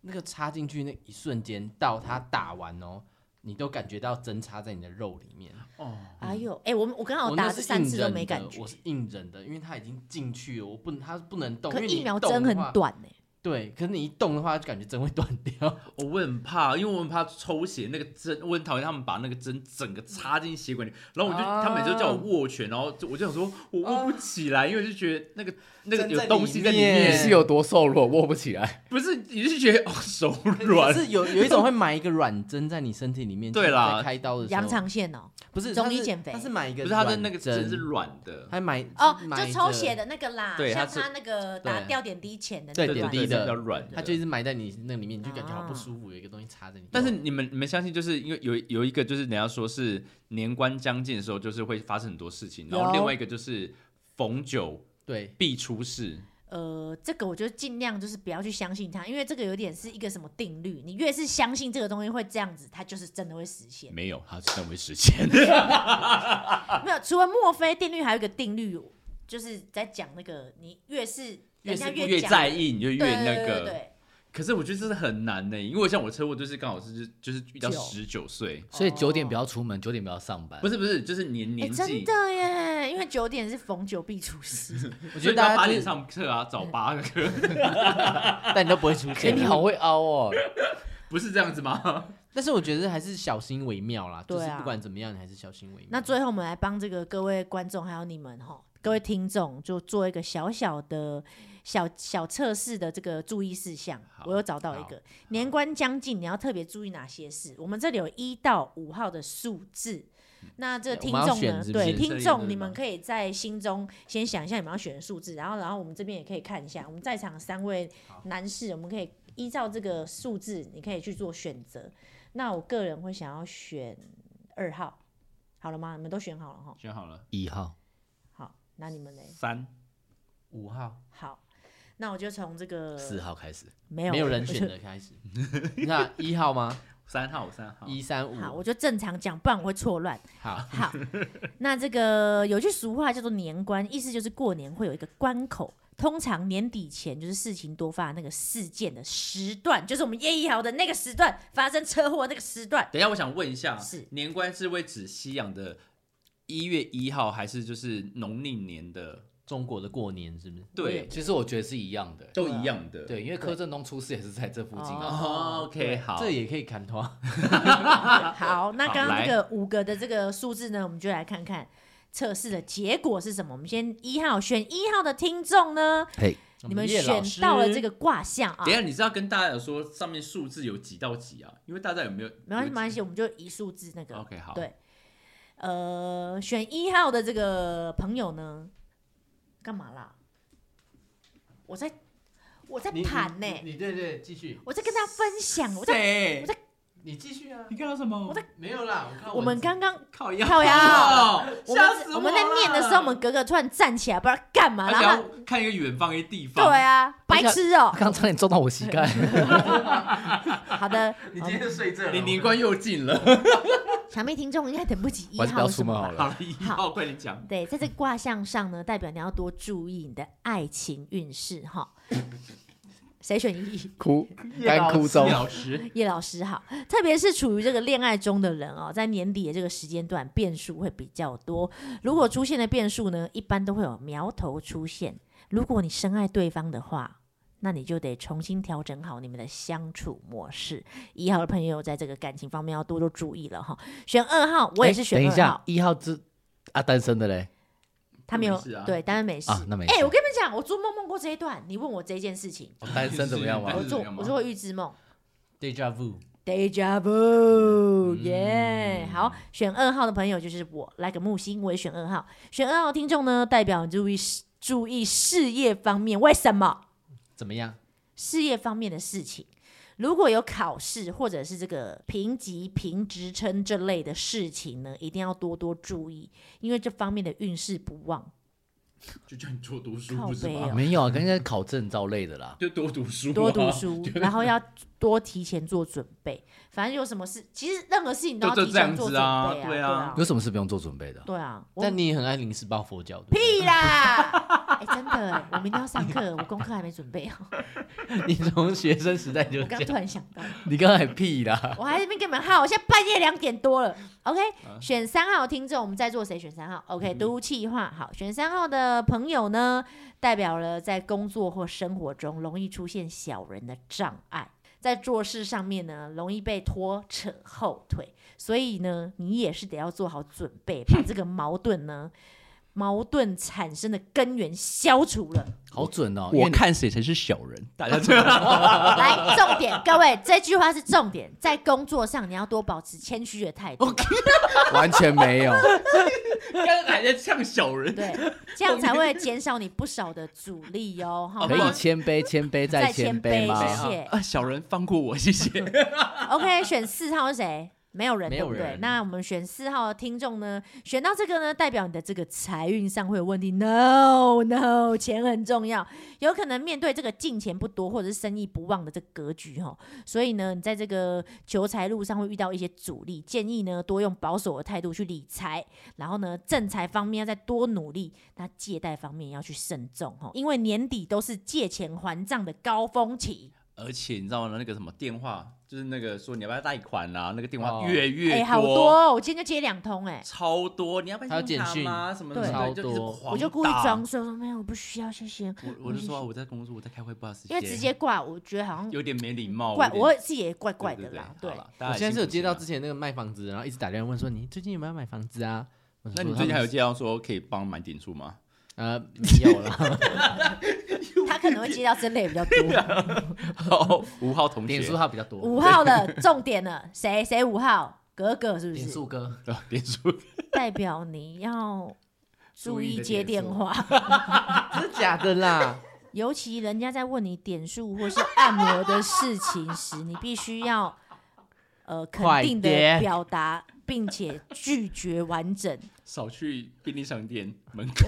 Speaker 3: 那个插进去那一瞬间到他打完哦，你都感觉到针插在你的肉里面。
Speaker 2: 哦，
Speaker 1: 哎呦，哎，我们我刚好
Speaker 3: 我
Speaker 1: 打
Speaker 3: 那
Speaker 1: 这
Speaker 3: 是
Speaker 1: 三
Speaker 3: 硬
Speaker 1: 次都
Speaker 3: 忍
Speaker 1: 没
Speaker 3: 的，
Speaker 1: 感觉
Speaker 3: 我，是硬忍的，因为他已经进去了，我不他不能动，
Speaker 1: 可
Speaker 3: 因为你
Speaker 1: 疫苗
Speaker 3: 一动
Speaker 1: 针
Speaker 3: 的
Speaker 1: 很
Speaker 3: 话，
Speaker 1: 短呢，
Speaker 3: 对，可是你一动的话，就感觉针会断掉。
Speaker 2: 我我很怕，因为我很怕抽血那个针，我很讨厌他们把那个针整个插进血管里。然后我就，
Speaker 3: 啊
Speaker 2: 他们就叫我握拳，然后就我就想说，我
Speaker 3: 哦
Speaker 2: 握不起来，因为就觉得那个那个
Speaker 3: 针
Speaker 2: 有
Speaker 3: 在
Speaker 2: 东
Speaker 3: 里
Speaker 2: 西在里
Speaker 3: 面
Speaker 4: 你
Speaker 2: 面，
Speaker 4: 是有多瘦弱，握不起来。
Speaker 2: 不是，你是觉得哦手
Speaker 3: 可
Speaker 2: 软，
Speaker 3: 是有有一种会埋一个软针在你身体里面，
Speaker 2: 对啦
Speaker 3: 就是在开刀的时候
Speaker 1: 羊肠线哦，
Speaker 3: 不是
Speaker 1: 中
Speaker 3: 它
Speaker 1: 医
Speaker 3: 是
Speaker 1: 减肥
Speaker 3: 它是买一个
Speaker 2: 不
Speaker 3: 软
Speaker 2: 是它
Speaker 3: 针，
Speaker 2: 的那个针是软的，
Speaker 3: 还买
Speaker 1: 哦，
Speaker 3: 买
Speaker 1: 就抽
Speaker 3: 着
Speaker 1: 血，的那个啦，
Speaker 2: 对
Speaker 1: 像
Speaker 2: 它是
Speaker 1: 他那个打
Speaker 3: 对
Speaker 1: 吊点滴前的那
Speaker 3: 对
Speaker 1: 个
Speaker 3: 点
Speaker 1: 软
Speaker 3: 滴
Speaker 2: 对
Speaker 3: 的
Speaker 2: 比较软的，
Speaker 3: 它就一直埋在你那里面，你就感觉好
Speaker 1: 啊
Speaker 3: 不舒服，有一个东西插着你。
Speaker 2: 但是你们你们相信，就是因为有有一个就是人家说是年关将近的时候，就是会发生很多事情，然后
Speaker 1: 有
Speaker 2: 另外一个就是逢九
Speaker 3: 对
Speaker 2: 必出事，
Speaker 1: 呃，这个我觉得尽量就是不要去相信它，因为这个有点是一个什么定律，你越是相信这个东西会这样子，它就是真的会实现。
Speaker 2: 没有，他真的会实现。
Speaker 1: 没有，除了墨菲定律，还有一个定律，就是在讲那个你越是
Speaker 2: 越
Speaker 1: 人家
Speaker 2: 是
Speaker 1: 越
Speaker 2: 越
Speaker 1: 讲
Speaker 2: 在意，你就越
Speaker 1: 对
Speaker 2: 那
Speaker 1: 对对对
Speaker 2: 个。
Speaker 1: 对
Speaker 2: 可是我觉得真的很难呢，因为像我车祸就是刚好是就就是遇到
Speaker 5: 九
Speaker 2: 十九岁，
Speaker 4: 所以九点不要出门，九点不要上班。
Speaker 2: 不是不是，就是年
Speaker 1: 哦哎、
Speaker 2: 年纪
Speaker 1: 真，的耶，因为九点是逢九必出师，
Speaker 3: 我
Speaker 2: 所
Speaker 3: 觉得
Speaker 2: 以到
Speaker 3: 大
Speaker 2: 八
Speaker 3: 家
Speaker 2: 点
Speaker 3: 就是，
Speaker 2: 上课啊，早八个课，
Speaker 3: 但你都不会出
Speaker 4: 哎、
Speaker 3: 现。
Speaker 4: 你好会凹哦，
Speaker 2: 不是这样子
Speaker 3: [laughs]
Speaker 2: 吗？
Speaker 3: 但是我觉得还是小心为妙啦，就
Speaker 1: 对
Speaker 3: 是
Speaker 1: 啊
Speaker 3: 不管怎么样，你还是小心为妙。
Speaker 1: 那最后我们来帮这个各位观众还有你们哈，各位听众就做一个小小的小小测试的这个注意事项。我有找到一个，年关将近，你要特别注意哪些事？我们这里有一到五号的数字。那这个听
Speaker 3: 嗯我们要
Speaker 1: 众
Speaker 3: 选
Speaker 1: 呢？
Speaker 3: 是不是
Speaker 1: 对，
Speaker 2: 这
Speaker 1: 听
Speaker 2: 里对
Speaker 1: 众
Speaker 2: 吗
Speaker 1: 你们可以在心中先想一下你们要选的数字，然后，然后我们这边也可以看一下，我们在场三位男士，我们可以依照这个数字，你可以去做选择。那我个人会想要选二号，好了吗？你们都选好了哈。
Speaker 2: 选好了，
Speaker 4: 一号
Speaker 1: 好，那你们嘞？
Speaker 2: 三
Speaker 3: 五号
Speaker 1: 好，那我就从这个
Speaker 4: 四号开始，
Speaker 1: 没有
Speaker 3: 没有人
Speaker 1: 我
Speaker 3: 选
Speaker 1: 就
Speaker 3: 的开始，那一号吗？
Speaker 2: 三号三号，
Speaker 3: 一三
Speaker 1: 好，
Speaker 3: 五，
Speaker 1: 我就正常讲，不然我会错乱。
Speaker 3: 好，
Speaker 1: 好，那这个有句俗话叫做“年关”，意思就是过年会有一个关口。通常年底前就是事情多发那个事件的时段，就是我们叶一豪的那个时段发生车祸那个时段。
Speaker 2: 等一下，我想问一下，
Speaker 1: 是
Speaker 2: 年关是会指西洋的一月一号，还是就是农历年的？
Speaker 3: 中国的过年是不是？
Speaker 2: 对，
Speaker 4: 其实我觉得是一样的。
Speaker 2: 都一样的。
Speaker 4: 对，因为柯震东出事也是在这附近 [laughs] 啊。
Speaker 2: 哦，OK，好，
Speaker 3: 这也可以砍头啊。
Speaker 1: 好，那
Speaker 2: 好
Speaker 1: 刚刚
Speaker 2: 来
Speaker 1: 这个五个的这个数字呢，我们就来看看测试的结果是什么。我们先一号选一号的听众呢，
Speaker 4: 嘿，
Speaker 2: 嗯
Speaker 1: 你们
Speaker 3: 叶
Speaker 1: 选
Speaker 3: 老师
Speaker 1: 到了这个卦象啊
Speaker 2: 等一，下，你是要跟大家有说上面数字有几到几啊？因为大家有没有？
Speaker 1: 没关系，
Speaker 2: 有
Speaker 1: 没关系，我们就一数字那个。
Speaker 2: OK，好。
Speaker 1: 对，呃，选一号的这个朋友呢，干嘛啦？我在我在
Speaker 3: 你
Speaker 1: 盘呢、
Speaker 3: 你你对对，继续，
Speaker 1: 我在跟大家分享，我在
Speaker 2: 谁？
Speaker 3: 你继续啊。
Speaker 2: 你看到什么？我在
Speaker 3: 没有啦，我看
Speaker 1: 我们刚刚。
Speaker 2: 靠腰， [laughs]
Speaker 1: 靠腰，哦我
Speaker 2: 吓死
Speaker 1: 们
Speaker 2: 我！
Speaker 1: 我们在念的时候，我们格格突然站起来，不知道干嘛，
Speaker 2: 而
Speaker 1: 然
Speaker 2: 且
Speaker 1: 后他
Speaker 2: 要看一个远方一个地
Speaker 1: 对
Speaker 2: 方。
Speaker 1: 啊，白痴哦、
Speaker 4: 刚刚差点撞到我膝盖。
Speaker 1: 好 [laughs] 的，
Speaker 3: 你今天就睡这了，
Speaker 2: 你
Speaker 3: 我
Speaker 2: 年关又近了，
Speaker 1: 小妹听众应该等不及一
Speaker 4: 我还是不要
Speaker 1: 号
Speaker 4: 出
Speaker 1: 什
Speaker 4: 门
Speaker 1: 么
Speaker 4: 好
Speaker 1: 吧？
Speaker 4: 了。
Speaker 2: 好了，一号快点讲。
Speaker 1: 对，在这个卦象上呢，代表你要多注意你的爱情运势哈。 [laughs] 谁选一？
Speaker 3: [laughs]
Speaker 4: 哭，
Speaker 3: 叶
Speaker 4: 干
Speaker 3: 老
Speaker 4: 哭中
Speaker 3: 叶。老师，
Speaker 1: 叶老师好，特别是处于这个恋爱中的人哦，在年底的这个时间段，变数会比较多。如果出现的变数呢，一般都会有苗头出现。如果你深爱对方的话，那你就得重新调整好你们的相处模式。一号的朋友在这个感情方面要多多注意了哈。选二号，我也是选
Speaker 4: 哎等一
Speaker 1: 二号。
Speaker 4: 下，一号之啊单身的嘞
Speaker 1: 他没有
Speaker 2: 没事啊
Speaker 1: 对，当然没事。
Speaker 4: 啊，那没事
Speaker 1: 哎、。我跟你们讲，我做梦梦过这一段。你问我这件事情，
Speaker 4: 哦单身怎么样嘛
Speaker 2: 单
Speaker 1: 我 [laughs]
Speaker 2: 身？
Speaker 1: 做
Speaker 2: 怎么样吗
Speaker 1: 我做过预知梦
Speaker 3: deja vu，
Speaker 1: ，deja vu，耶、
Speaker 2: 嗯
Speaker 1: 好，选二号的朋友就是我，来个木星，我也选二号。选二号的听众呢，代表你注意事注意事业方面，为什么？
Speaker 3: 怎么样？
Speaker 1: 事业方面的事情。如果有考试或者是这个评级、评职称这类的事情呢，一定要多多注意，因为这方面的运势不旺。
Speaker 2: 就叫你多读书，
Speaker 1: 靠
Speaker 2: 不是
Speaker 1: 背
Speaker 2: 吗
Speaker 1: 哦？
Speaker 4: 没有啊，刚才考证照类的啦。
Speaker 2: 就多读 [laughs] 书啊，
Speaker 1: 多读书
Speaker 2: 就，
Speaker 1: 然后要多提前做准备。反正有什么事，其实任何事情都要
Speaker 2: 就
Speaker 1: 提
Speaker 2: 就这样
Speaker 1: 前做
Speaker 2: 子
Speaker 1: 准
Speaker 2: 啊
Speaker 1: 备
Speaker 2: 对
Speaker 1: 啊
Speaker 2: 啊，
Speaker 4: 有什么事不用做准备的？
Speaker 1: 对啊，我
Speaker 3: 但你也很爱临时抱佛脚，对
Speaker 4: [laughs]
Speaker 3: 不对
Speaker 1: 屁
Speaker 2: [laughs]
Speaker 1: 啦！哎，真的欸，我明天要上课，我功课还没准备好。
Speaker 3: 你从学生时代就
Speaker 1: 我
Speaker 3: 这
Speaker 1: 刚突
Speaker 3: 样。
Speaker 1: 然想到，
Speaker 4: [laughs] 你刚才屁啦！
Speaker 1: 我还在那边跟你们耗，我现在半夜两点多了。OK，选三号听众，我们在座谁选三号？OK，都气话好，选三号的朋友呢，代表了在工作或生活中容易出现小人的障碍，在做事上面呢，容易被拖扯后腿，所以呢，你也是得要做好准备，把这个矛盾呢，矛盾产生的根源消除了。 [laughs]
Speaker 4: 好准哦，因为
Speaker 2: 我看谁才是小人，大家知道
Speaker 1: 来，重点，各位，这句话是重点，在工作上你要多保持谦虚的态度。
Speaker 4: [laughs] 完全没有。
Speaker 2: 刚刚还在呛小人，
Speaker 1: 对，这样才会减少你不少的阻力哦。哈
Speaker 4: 可以谦卑，谦卑再谦
Speaker 1: 谦
Speaker 4: 卑
Speaker 1: 卑
Speaker 2: 哎
Speaker 4: 吗？
Speaker 1: 谢谢 [laughs]
Speaker 2: 啊，小人放过我，谢谢。
Speaker 1: OK，选四号是谁？没有人，
Speaker 3: 没
Speaker 1: 对
Speaker 3: 有
Speaker 1: 不对？
Speaker 3: 人
Speaker 1: 那我们选四号的听众呢，选到这个呢，代表你的这个财运上会有问题。No No，钱很重要，有可能面对这个进钱不多或者是生意不旺的这个格局哈、哦，所以呢，你在这个求财路上会遇到一些阻力。建议呢，多用保守的态度去理财，然后呢，正财方面要再多努力，那借贷方面要去慎重哈、哦，因为年底都是借钱还账的高峰期。
Speaker 2: 而且你知道吗？那个什么电话，就是那个说你要不要贷款啦、那个电话
Speaker 3: 哦
Speaker 2: 越来
Speaker 1: 哎、
Speaker 2: 越
Speaker 1: 好多、哦，我今天就接两通哎、
Speaker 2: 超多，你要不要
Speaker 3: 还有
Speaker 2: 信用
Speaker 3: 简讯
Speaker 2: 卡吗？什么
Speaker 1: 对
Speaker 2: 什么的
Speaker 3: 超
Speaker 2: 就一直
Speaker 3: 多
Speaker 2: 狂
Speaker 1: 我就故意
Speaker 2: 打
Speaker 1: 装睡，我说没有，我不需要，谢谢。
Speaker 2: 我我就说啊我在工作，我在开会，不好意思，
Speaker 1: 因为直接挂，我觉得好像
Speaker 2: 有点没礼貌，
Speaker 1: 怪，
Speaker 2: 有点
Speaker 1: 我自己也怪怪
Speaker 2: 对
Speaker 1: 的
Speaker 2: 对
Speaker 1: 啦。
Speaker 2: 对
Speaker 1: 对
Speaker 2: 好，啦大家
Speaker 3: 我
Speaker 2: 也
Speaker 3: 现在是有
Speaker 2: 辛苦
Speaker 3: 接到
Speaker 2: 一
Speaker 3: 之
Speaker 2: 下
Speaker 3: 前那个卖房子，然后一直打电话问说你最近有没有买房子啊？我
Speaker 2: 那
Speaker 3: 说
Speaker 2: 你最近还有
Speaker 3: 他们
Speaker 2: 接到说可以帮我买点数 [laughs] 吗？
Speaker 3: 呃 [laughs] 没有了？
Speaker 1: 他可能会接到真的也比较多。
Speaker 2: 哦，吴浩同学
Speaker 4: 点，数号比较多，
Speaker 1: 五号的重点了，谁谁五号？格格是不
Speaker 4: 点
Speaker 1: 是
Speaker 4: 数？哥，
Speaker 2: 呃点数，
Speaker 1: 代表你要注
Speaker 4: 注意你
Speaker 1: 意
Speaker 4: 的
Speaker 1: 接电
Speaker 4: 点数
Speaker 1: 话，
Speaker 3: 真的假的啦？
Speaker 1: 尤其人家在问你点数或是按摩的事情时，你必须要呃肯
Speaker 3: 快
Speaker 1: 定的
Speaker 3: 点
Speaker 1: 表达，并且拒绝完整。
Speaker 2: 少去便利商店门口。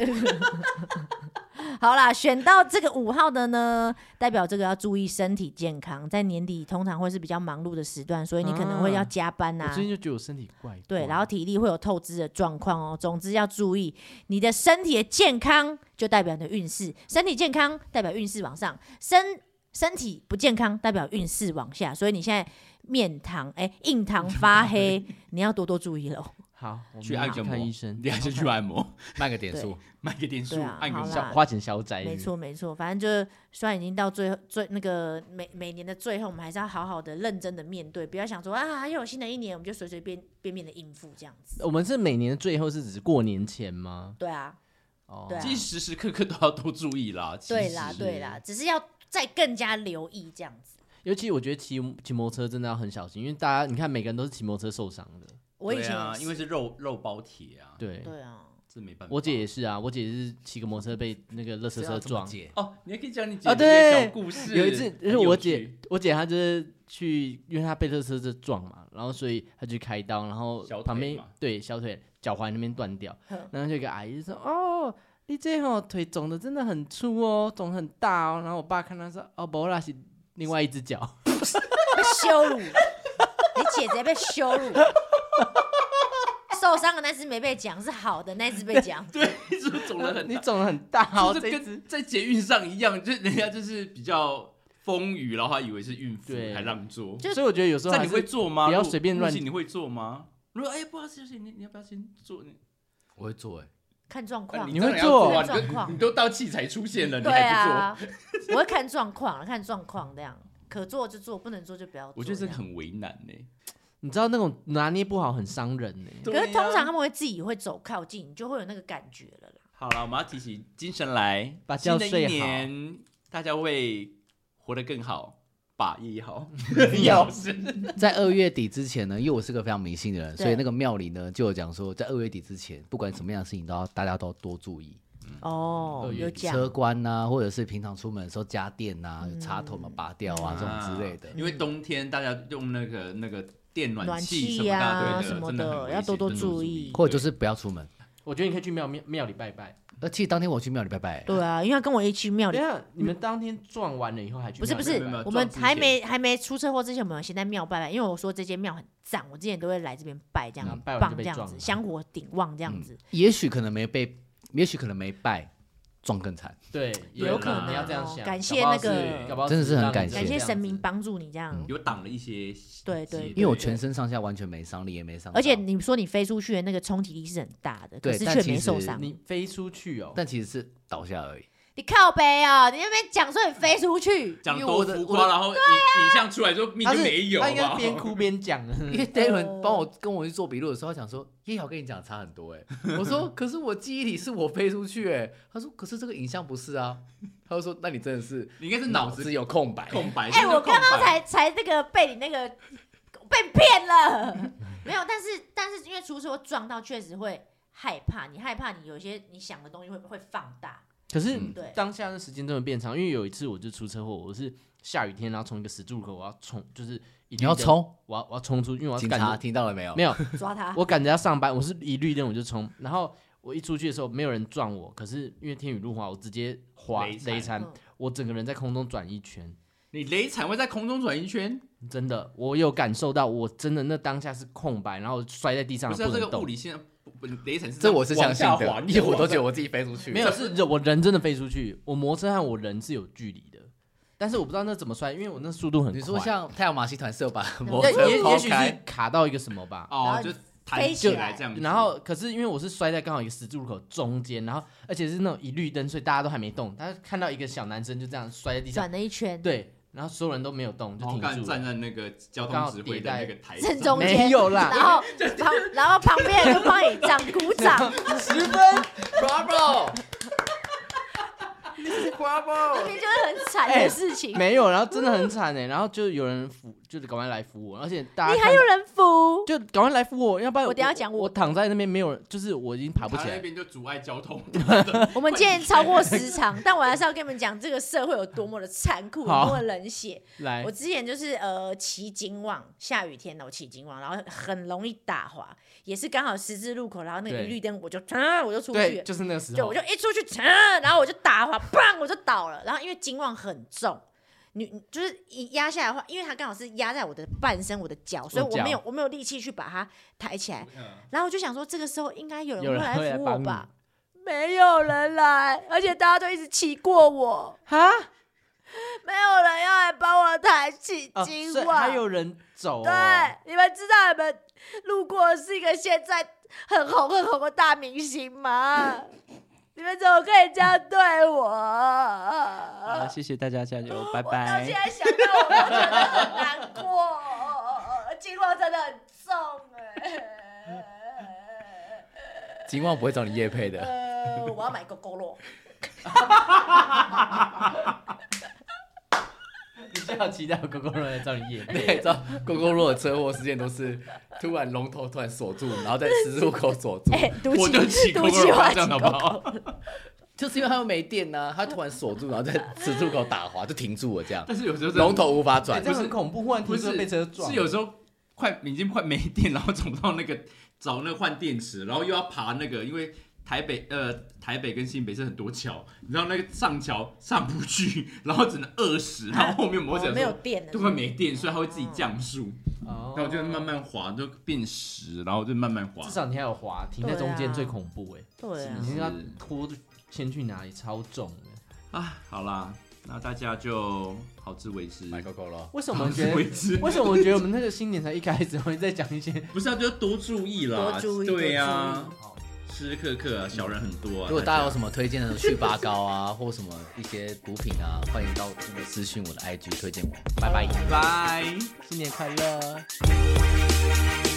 Speaker 1: 好啦，选到这个五号的呢，代表这个要注意身体健康，在年底通常会是比较忙碌的时段，所以你可能会要加班呐、
Speaker 3: [laughs] 啊我最近就觉得我身体怪怪
Speaker 1: 啊对，然后体力会有透支的状况哦。总之要注意你的身体的健康，就代表你的运势；身体健康代表运势往上，身身体不健康代表运势往下。所以你现在面堂哎印堂发
Speaker 3: [laughs]
Speaker 1: 黑，你要多多注意喽。
Speaker 3: 好，我们
Speaker 2: 去按
Speaker 3: 去
Speaker 2: 个摩
Speaker 3: 看医生，
Speaker 2: 你还是去按摩，
Speaker 4: 卖个点数，
Speaker 2: 买个点数，
Speaker 1: 对啊
Speaker 2: 按个
Speaker 1: 好
Speaker 2: 下
Speaker 1: 啦
Speaker 3: 小花钱消灾。
Speaker 2: 哎
Speaker 1: 没，错，没错，反正就是虽然已经到最后最那个每每年的最后，我们还是要好好的认真的面对，不要想说啊又有新的一年，我们就随随便便便的应付这样子。
Speaker 3: 我们是每年的最后是只是过年前吗？
Speaker 1: 对啊，
Speaker 3: 哦，
Speaker 1: 对啊
Speaker 2: 其实时时刻刻都要多注意啦。其
Speaker 1: 对
Speaker 2: 实
Speaker 1: 啦，对啦，只是要再更加留意这样子。
Speaker 3: 尤其我觉得骑骑摩托车真的要很小心，因为大家你看每个人都是骑摩托车受伤的。
Speaker 1: 我以
Speaker 2: 对
Speaker 1: 前
Speaker 2: 啊，
Speaker 1: 也
Speaker 2: 因
Speaker 1: 是
Speaker 2: 为是肉肉包铁啊，
Speaker 3: 对，
Speaker 1: 对啊，
Speaker 2: 这没办法。
Speaker 3: 我姐也是啊，我姐也是骑个摩托车被那个垃圾车撞。
Speaker 4: 姐，
Speaker 2: 哦，你还可以讲你姐
Speaker 3: 啊
Speaker 2: 的一些
Speaker 3: 对
Speaker 2: 小故事。
Speaker 3: 有一次就是
Speaker 2: 很有
Speaker 3: 我
Speaker 2: 趣
Speaker 3: 姐，我姐她就是去，因为她被这车子撞嘛，然后所以她去开刀，然后
Speaker 2: 小腿
Speaker 3: 旁边
Speaker 2: 嘛
Speaker 3: 对小腿脚踝那边断掉
Speaker 1: 哼，
Speaker 3: 然后就有一个阿姨就说：“哦，你这吼腿肿的真的很粗哦，肿很大哦。”然后我爸看她说：“哦，不啦，是另外一只脚。
Speaker 1: 被羞辱，你姐直接被 [laughs] 羞辱。受伤的那只没被讲，是好的那只被
Speaker 2: [laughs]
Speaker 1: 讲。
Speaker 2: 对，是不是肿的很
Speaker 3: 呃 [laughs] 你
Speaker 2: 大，
Speaker 3: 肿的很大哦，
Speaker 2: 就是
Speaker 3: 这一只
Speaker 2: 跟在捷运上一样，就是人家就是比较风雨，然后还以为是孕妇，
Speaker 3: 对
Speaker 2: 还让座。
Speaker 1: 就
Speaker 3: 所以我觉得有时候
Speaker 2: 那
Speaker 3: 还
Speaker 2: 你会
Speaker 3: 是
Speaker 2: 做吗？
Speaker 3: 不要
Speaker 2: 如果
Speaker 3: 随便乱
Speaker 2: 如果是你会做吗？如果哎，不好意思，小姐，你你要不要先做？你
Speaker 4: 我会做哎，
Speaker 1: 看状况，
Speaker 3: 你会做
Speaker 2: 啊你
Speaker 1: 状
Speaker 2: 都
Speaker 1: 况
Speaker 2: 你都到器材出现了，你
Speaker 1: 对
Speaker 2: 还不做？
Speaker 1: 啊，我会看状况，看状况这样，可做就做，不能做就不要做。
Speaker 2: 我觉得这个
Speaker 1: 样
Speaker 2: 很为难欸呢。
Speaker 3: 你知道那种拿捏不好很伤人呢、
Speaker 1: 可是
Speaker 2: 啊
Speaker 1: 通常他们会自己会走靠近，你就会有那个感觉了啦。
Speaker 2: 好了，我们要提起精神来，
Speaker 3: 把
Speaker 2: 新
Speaker 3: 觉
Speaker 2: 的一
Speaker 3: 睡好
Speaker 2: 年大家会活得更好，把一
Speaker 3: [laughs]
Speaker 2: 好，要是
Speaker 4: 在二月底之前呢，因为我是个非常迷信的人，
Speaker 1: 对
Speaker 4: 所以那个庙里呢就有讲说，在二月底之前，不管什么样的事情都要大家都要多注意，
Speaker 1: 哦，
Speaker 3: 鳄鱼
Speaker 1: 有讲嗯
Speaker 4: 车啊关呐、或者是平常出门的时候家电呐、有插头嘛拔掉啊、这种之类的。
Speaker 2: 因为冬天大家用那个那个电
Speaker 1: 暖气
Speaker 2: 气
Speaker 1: 呀
Speaker 2: 呀
Speaker 1: 什么
Speaker 2: 真的很
Speaker 1: 的
Speaker 2: 危险
Speaker 1: 要多多
Speaker 2: 真的
Speaker 1: 注意
Speaker 4: 或者就是不要出门。
Speaker 3: 我觉得你可以去庙庙庙里拜拜。
Speaker 4: 而其实当天我去庙里拜拜，
Speaker 1: 对啊，因为他跟我一起庙
Speaker 3: 等
Speaker 1: 里
Speaker 3: 一，下你们当天撞完了以后还去
Speaker 1: 不是
Speaker 3: 庙
Speaker 1: 不
Speaker 3: 里拜拜？
Speaker 1: 是
Speaker 2: 没有没有，
Speaker 1: 我们
Speaker 2: 撞之
Speaker 1: 还没还没出车祸之前，我们有先在庙拜拜，因为我说这间庙很赞，我之前都会来这边拜，这样
Speaker 3: 嗯
Speaker 1: 很
Speaker 3: 拜完
Speaker 1: 棒
Speaker 3: 就
Speaker 1: 这
Speaker 3: 被
Speaker 1: 样
Speaker 3: 撞
Speaker 1: 子，
Speaker 3: 了
Speaker 1: 香火鼎旺这样子。
Speaker 4: 也许可能没被，也许可能没拜，撞更惨。
Speaker 3: 对，
Speaker 2: 有
Speaker 3: 也
Speaker 2: 可能
Speaker 3: 你要这样
Speaker 1: 哦
Speaker 3: 想。
Speaker 1: 感
Speaker 3: 搞
Speaker 1: 谢
Speaker 3: 不好
Speaker 1: 那个
Speaker 3: 是搞不好
Speaker 4: 真的是很
Speaker 3: 让你
Speaker 4: 感
Speaker 3: 这
Speaker 1: 感谢
Speaker 3: 样
Speaker 1: 神
Speaker 3: 子
Speaker 1: 明帮助你这样。
Speaker 2: 有挡了一些血，
Speaker 1: 对对
Speaker 2: 血
Speaker 4: 因为我全身上下完全没伤力，也没伤到。
Speaker 1: 而且你说你飞出去的那个冲击力是很大的，可
Speaker 4: 对
Speaker 1: 是
Speaker 4: 但
Speaker 1: 却
Speaker 4: 其
Speaker 1: 没受
Speaker 4: 实
Speaker 1: 伤。
Speaker 3: 你飞出去哦，
Speaker 4: 但其实是倒下而已。
Speaker 1: 你靠背啊！你那边讲说你飞出去，
Speaker 2: 讲
Speaker 4: 因
Speaker 2: 得
Speaker 4: 为
Speaker 2: 多
Speaker 4: 我的
Speaker 2: 浮
Speaker 4: 我
Speaker 2: 夸，
Speaker 4: 的
Speaker 2: 然后影影像出来说明
Speaker 3: 他
Speaker 2: 就是没
Speaker 4: 啊
Speaker 2: 有，啊好不
Speaker 3: 他应该是
Speaker 2: 好？
Speaker 3: 边哭边
Speaker 4: [laughs]
Speaker 3: 讲的。
Speaker 4: 因为 Darren 帮我跟我去做笔录的时候，他讲说叶瑶跟你讲差很多 [laughs] 哎、我说可是我记忆里是我飞出去哎、他说可是这个影像不是啊，他就说那你真的是
Speaker 2: 你应该是脑
Speaker 4: 脑
Speaker 2: 子
Speaker 4: 子有空白，
Speaker 2: 空白。
Speaker 1: 哎、
Speaker 2: 真的
Speaker 1: 我
Speaker 2: 空
Speaker 1: 刚刚
Speaker 2: 白
Speaker 1: 才才那个被你那个被骗了，没有，但是但是因为出车祸撞到确实会害怕，你害怕你有些你想的东西会会放大，
Speaker 3: 可是
Speaker 4: 嗯
Speaker 1: 对
Speaker 3: 当下的时间真的变长，因为有一次我就出车祸，我是下雨天，然后从一个十字路口，我要冲，就是一
Speaker 4: 你
Speaker 3: 律
Speaker 4: 要
Speaker 3: 的，
Speaker 4: 冲，
Speaker 3: 我要我要冲出去，因为我要
Speaker 4: 警
Speaker 3: 赶
Speaker 4: 察
Speaker 3: 着
Speaker 4: 听到了没有？
Speaker 3: 没有，
Speaker 1: 抓
Speaker 4: 啊
Speaker 1: 他，
Speaker 3: 我赶着要上班，我是一律灯我就冲，然后我一出去的时候没有人撞我，可是因为天雨路滑，我直接滑
Speaker 2: 雷惨
Speaker 3: 雷惨
Speaker 1: 嗯，
Speaker 3: 我整个人在空中转一圈，
Speaker 2: 你雷惨会在空中转一圈，
Speaker 3: 真的，我有感受到，我真的那当下是空白，然后摔在地上
Speaker 2: 不是啊
Speaker 3: 不
Speaker 2: 这
Speaker 3: 能
Speaker 2: 个
Speaker 3: 动
Speaker 2: 物，理现在不不雷惨是
Speaker 4: 这我是相信
Speaker 2: 往下哦滑
Speaker 4: 的，
Speaker 2: 你
Speaker 4: 因为我都觉
Speaker 2: 得
Speaker 4: 得我自己飞出去了。
Speaker 3: 没有是我人真的飞出去，我摩托车和我人是有距离的，但是我不知道那怎么摔，因为我那速度很快，
Speaker 4: 你说像太阳马戏团是有 [laughs] 把摩
Speaker 3: 也
Speaker 4: 托
Speaker 3: 也
Speaker 4: 车抛
Speaker 3: 也许
Speaker 4: 开
Speaker 3: 是，卡到一个什么吧。
Speaker 2: 哦，就弹
Speaker 1: 飞起
Speaker 2: 起
Speaker 1: 来
Speaker 2: 来这样子，
Speaker 3: 然后，可是因为我是摔在刚好一个十字路口中间，然后而且是那种一绿灯，所以大家都还没动。他看到一个小男生就这样摔在地上，
Speaker 1: 转了一圈，
Speaker 3: 对，然后所有人都没有动，就
Speaker 2: 然后
Speaker 3: 停
Speaker 2: 干
Speaker 3: 住
Speaker 2: 哦站
Speaker 3: 了。
Speaker 2: 在那个交通指挥的那个台
Speaker 1: 正
Speaker 2: 上
Speaker 1: 中间
Speaker 3: 没有啦
Speaker 1: 然，
Speaker 3: [laughs]
Speaker 1: 后旁然后旁边人就帮你掌鼓掌，
Speaker 3: 十分 bravo，
Speaker 1: 那边就是很惨
Speaker 3: 哎
Speaker 1: 的事情。
Speaker 3: 没有，然后真的很惨哎，然后就有人扶，就是赶快来扶我，而且大家
Speaker 1: 你还
Speaker 3: 看
Speaker 1: 有人扶，
Speaker 3: 就赶快来扶我，要不然
Speaker 1: 我等下讲我
Speaker 3: 我躺在那边没有人，就是我已经爬不
Speaker 2: 他
Speaker 3: 起
Speaker 2: 那
Speaker 3: 来。
Speaker 2: 边就阻碍交通，
Speaker 1: 我们今天超过时长，但我还是要跟你们讲这个社会有多么的残酷，有
Speaker 3: 好哎
Speaker 1: 多么冷血。
Speaker 3: 来
Speaker 1: 我，之前就是呃骑金旺，下雨天的我骑金旺，然后很容易打滑，也是刚好十字路口，然后那个
Speaker 3: 对
Speaker 1: 一绿灯我就啊、我就出去
Speaker 3: 对，
Speaker 1: 了，
Speaker 3: 就是那个时
Speaker 1: 就
Speaker 3: 候
Speaker 1: 我就，一出去，啊然后我就打滑，砰，我就倒了。然后因为金旺很重，你就是一压下来的话，因为它刚好是压在我的半身、我的脚，所以我
Speaker 3: 脚
Speaker 1: 没有我没有力气去把它抬起来。
Speaker 2: 嗯
Speaker 1: 然后我就想说，这个时候应该有人
Speaker 3: 有人
Speaker 1: 来
Speaker 3: 会来
Speaker 1: 扶我
Speaker 3: 帮你
Speaker 1: 吧？没有人来，而且大家都一直骑过我，
Speaker 3: 哈，
Speaker 1: 没有人要来帮我抬起
Speaker 3: 啊
Speaker 1: 金
Speaker 3: 所以
Speaker 1: 旺。
Speaker 3: 还有人走哦，
Speaker 1: 对，你们知道你们路过是一个现在很红很红的大明星
Speaker 3: [laughs]
Speaker 1: 吗？你们怎么可以这样对我？
Speaker 3: 好，谢谢大家，加油，拜
Speaker 1: 我到
Speaker 3: 拜
Speaker 1: 现。在想到我都觉得很难过，金光真的很重哎、
Speaker 3: [laughs]
Speaker 4: 今晚不会找你夜配的。
Speaker 1: 呃，我要买狗狗肉，
Speaker 3: 你就要期待狗狗肉来找 [laughs] 你演。
Speaker 4: 你也知道，公公路的车祸事件都是突然龙头突然锁住，然后在十字路口锁住，
Speaker 1: 哎、毒
Speaker 2: 我
Speaker 1: 气
Speaker 2: 就骑
Speaker 1: 毒
Speaker 2: 公
Speaker 1: 气
Speaker 2: 路
Speaker 1: 化
Speaker 2: 这样好不好？
Speaker 4: 就是因为他又没电呐、他突然锁住，然后在十字路口打滑就停住了，这样
Speaker 2: 但是有时候真的
Speaker 4: 龙头无法转
Speaker 3: 这。样很恐怖，忽然
Speaker 2: 不
Speaker 3: 停
Speaker 2: 是
Speaker 3: 车被车撞，
Speaker 2: 是有时候快已经快没电，然后走到那个找那个换电池，然后又要爬那个，因为台北呃台北跟新北是很多桥，你知道那个上桥上不去，然后只能二十，然后后面摩托车
Speaker 1: 没有
Speaker 2: 说
Speaker 1: 电了，
Speaker 2: 就快没电，所以它会自己降速，
Speaker 3: 哦，
Speaker 2: 然后就慢慢滑，就变十，然后就慢慢滑
Speaker 3: 至。少你还有滑，停在中
Speaker 1: 对啊
Speaker 3: 间最恐怖哎、
Speaker 1: 对啊
Speaker 3: 你是要拖先去哪里，超重的。
Speaker 2: 啊，好啦，那大家就好自为之，
Speaker 4: 买 Coco 咯，
Speaker 3: 为什么
Speaker 2: 好
Speaker 3: [laughs] 我觉
Speaker 2: 自
Speaker 3: 得？
Speaker 2: 为之。
Speaker 3: 为什么我觉得我们那个新年才一开始会在讲一些？
Speaker 2: 不是啊，就多注意啦，
Speaker 1: 多注意
Speaker 2: 对呀、
Speaker 1: 多
Speaker 2: 啊
Speaker 1: 注，
Speaker 3: 好
Speaker 2: 时时刻刻啊，小人很多啊。
Speaker 4: 如果大家有什
Speaker 2: 么，
Speaker 4: 么推荐的去疤膏啊，或什么一些补品啊，欢迎到那个私讯我的 IG 推荐我，拜拜。
Speaker 2: 拜。
Speaker 3: 新年快乐！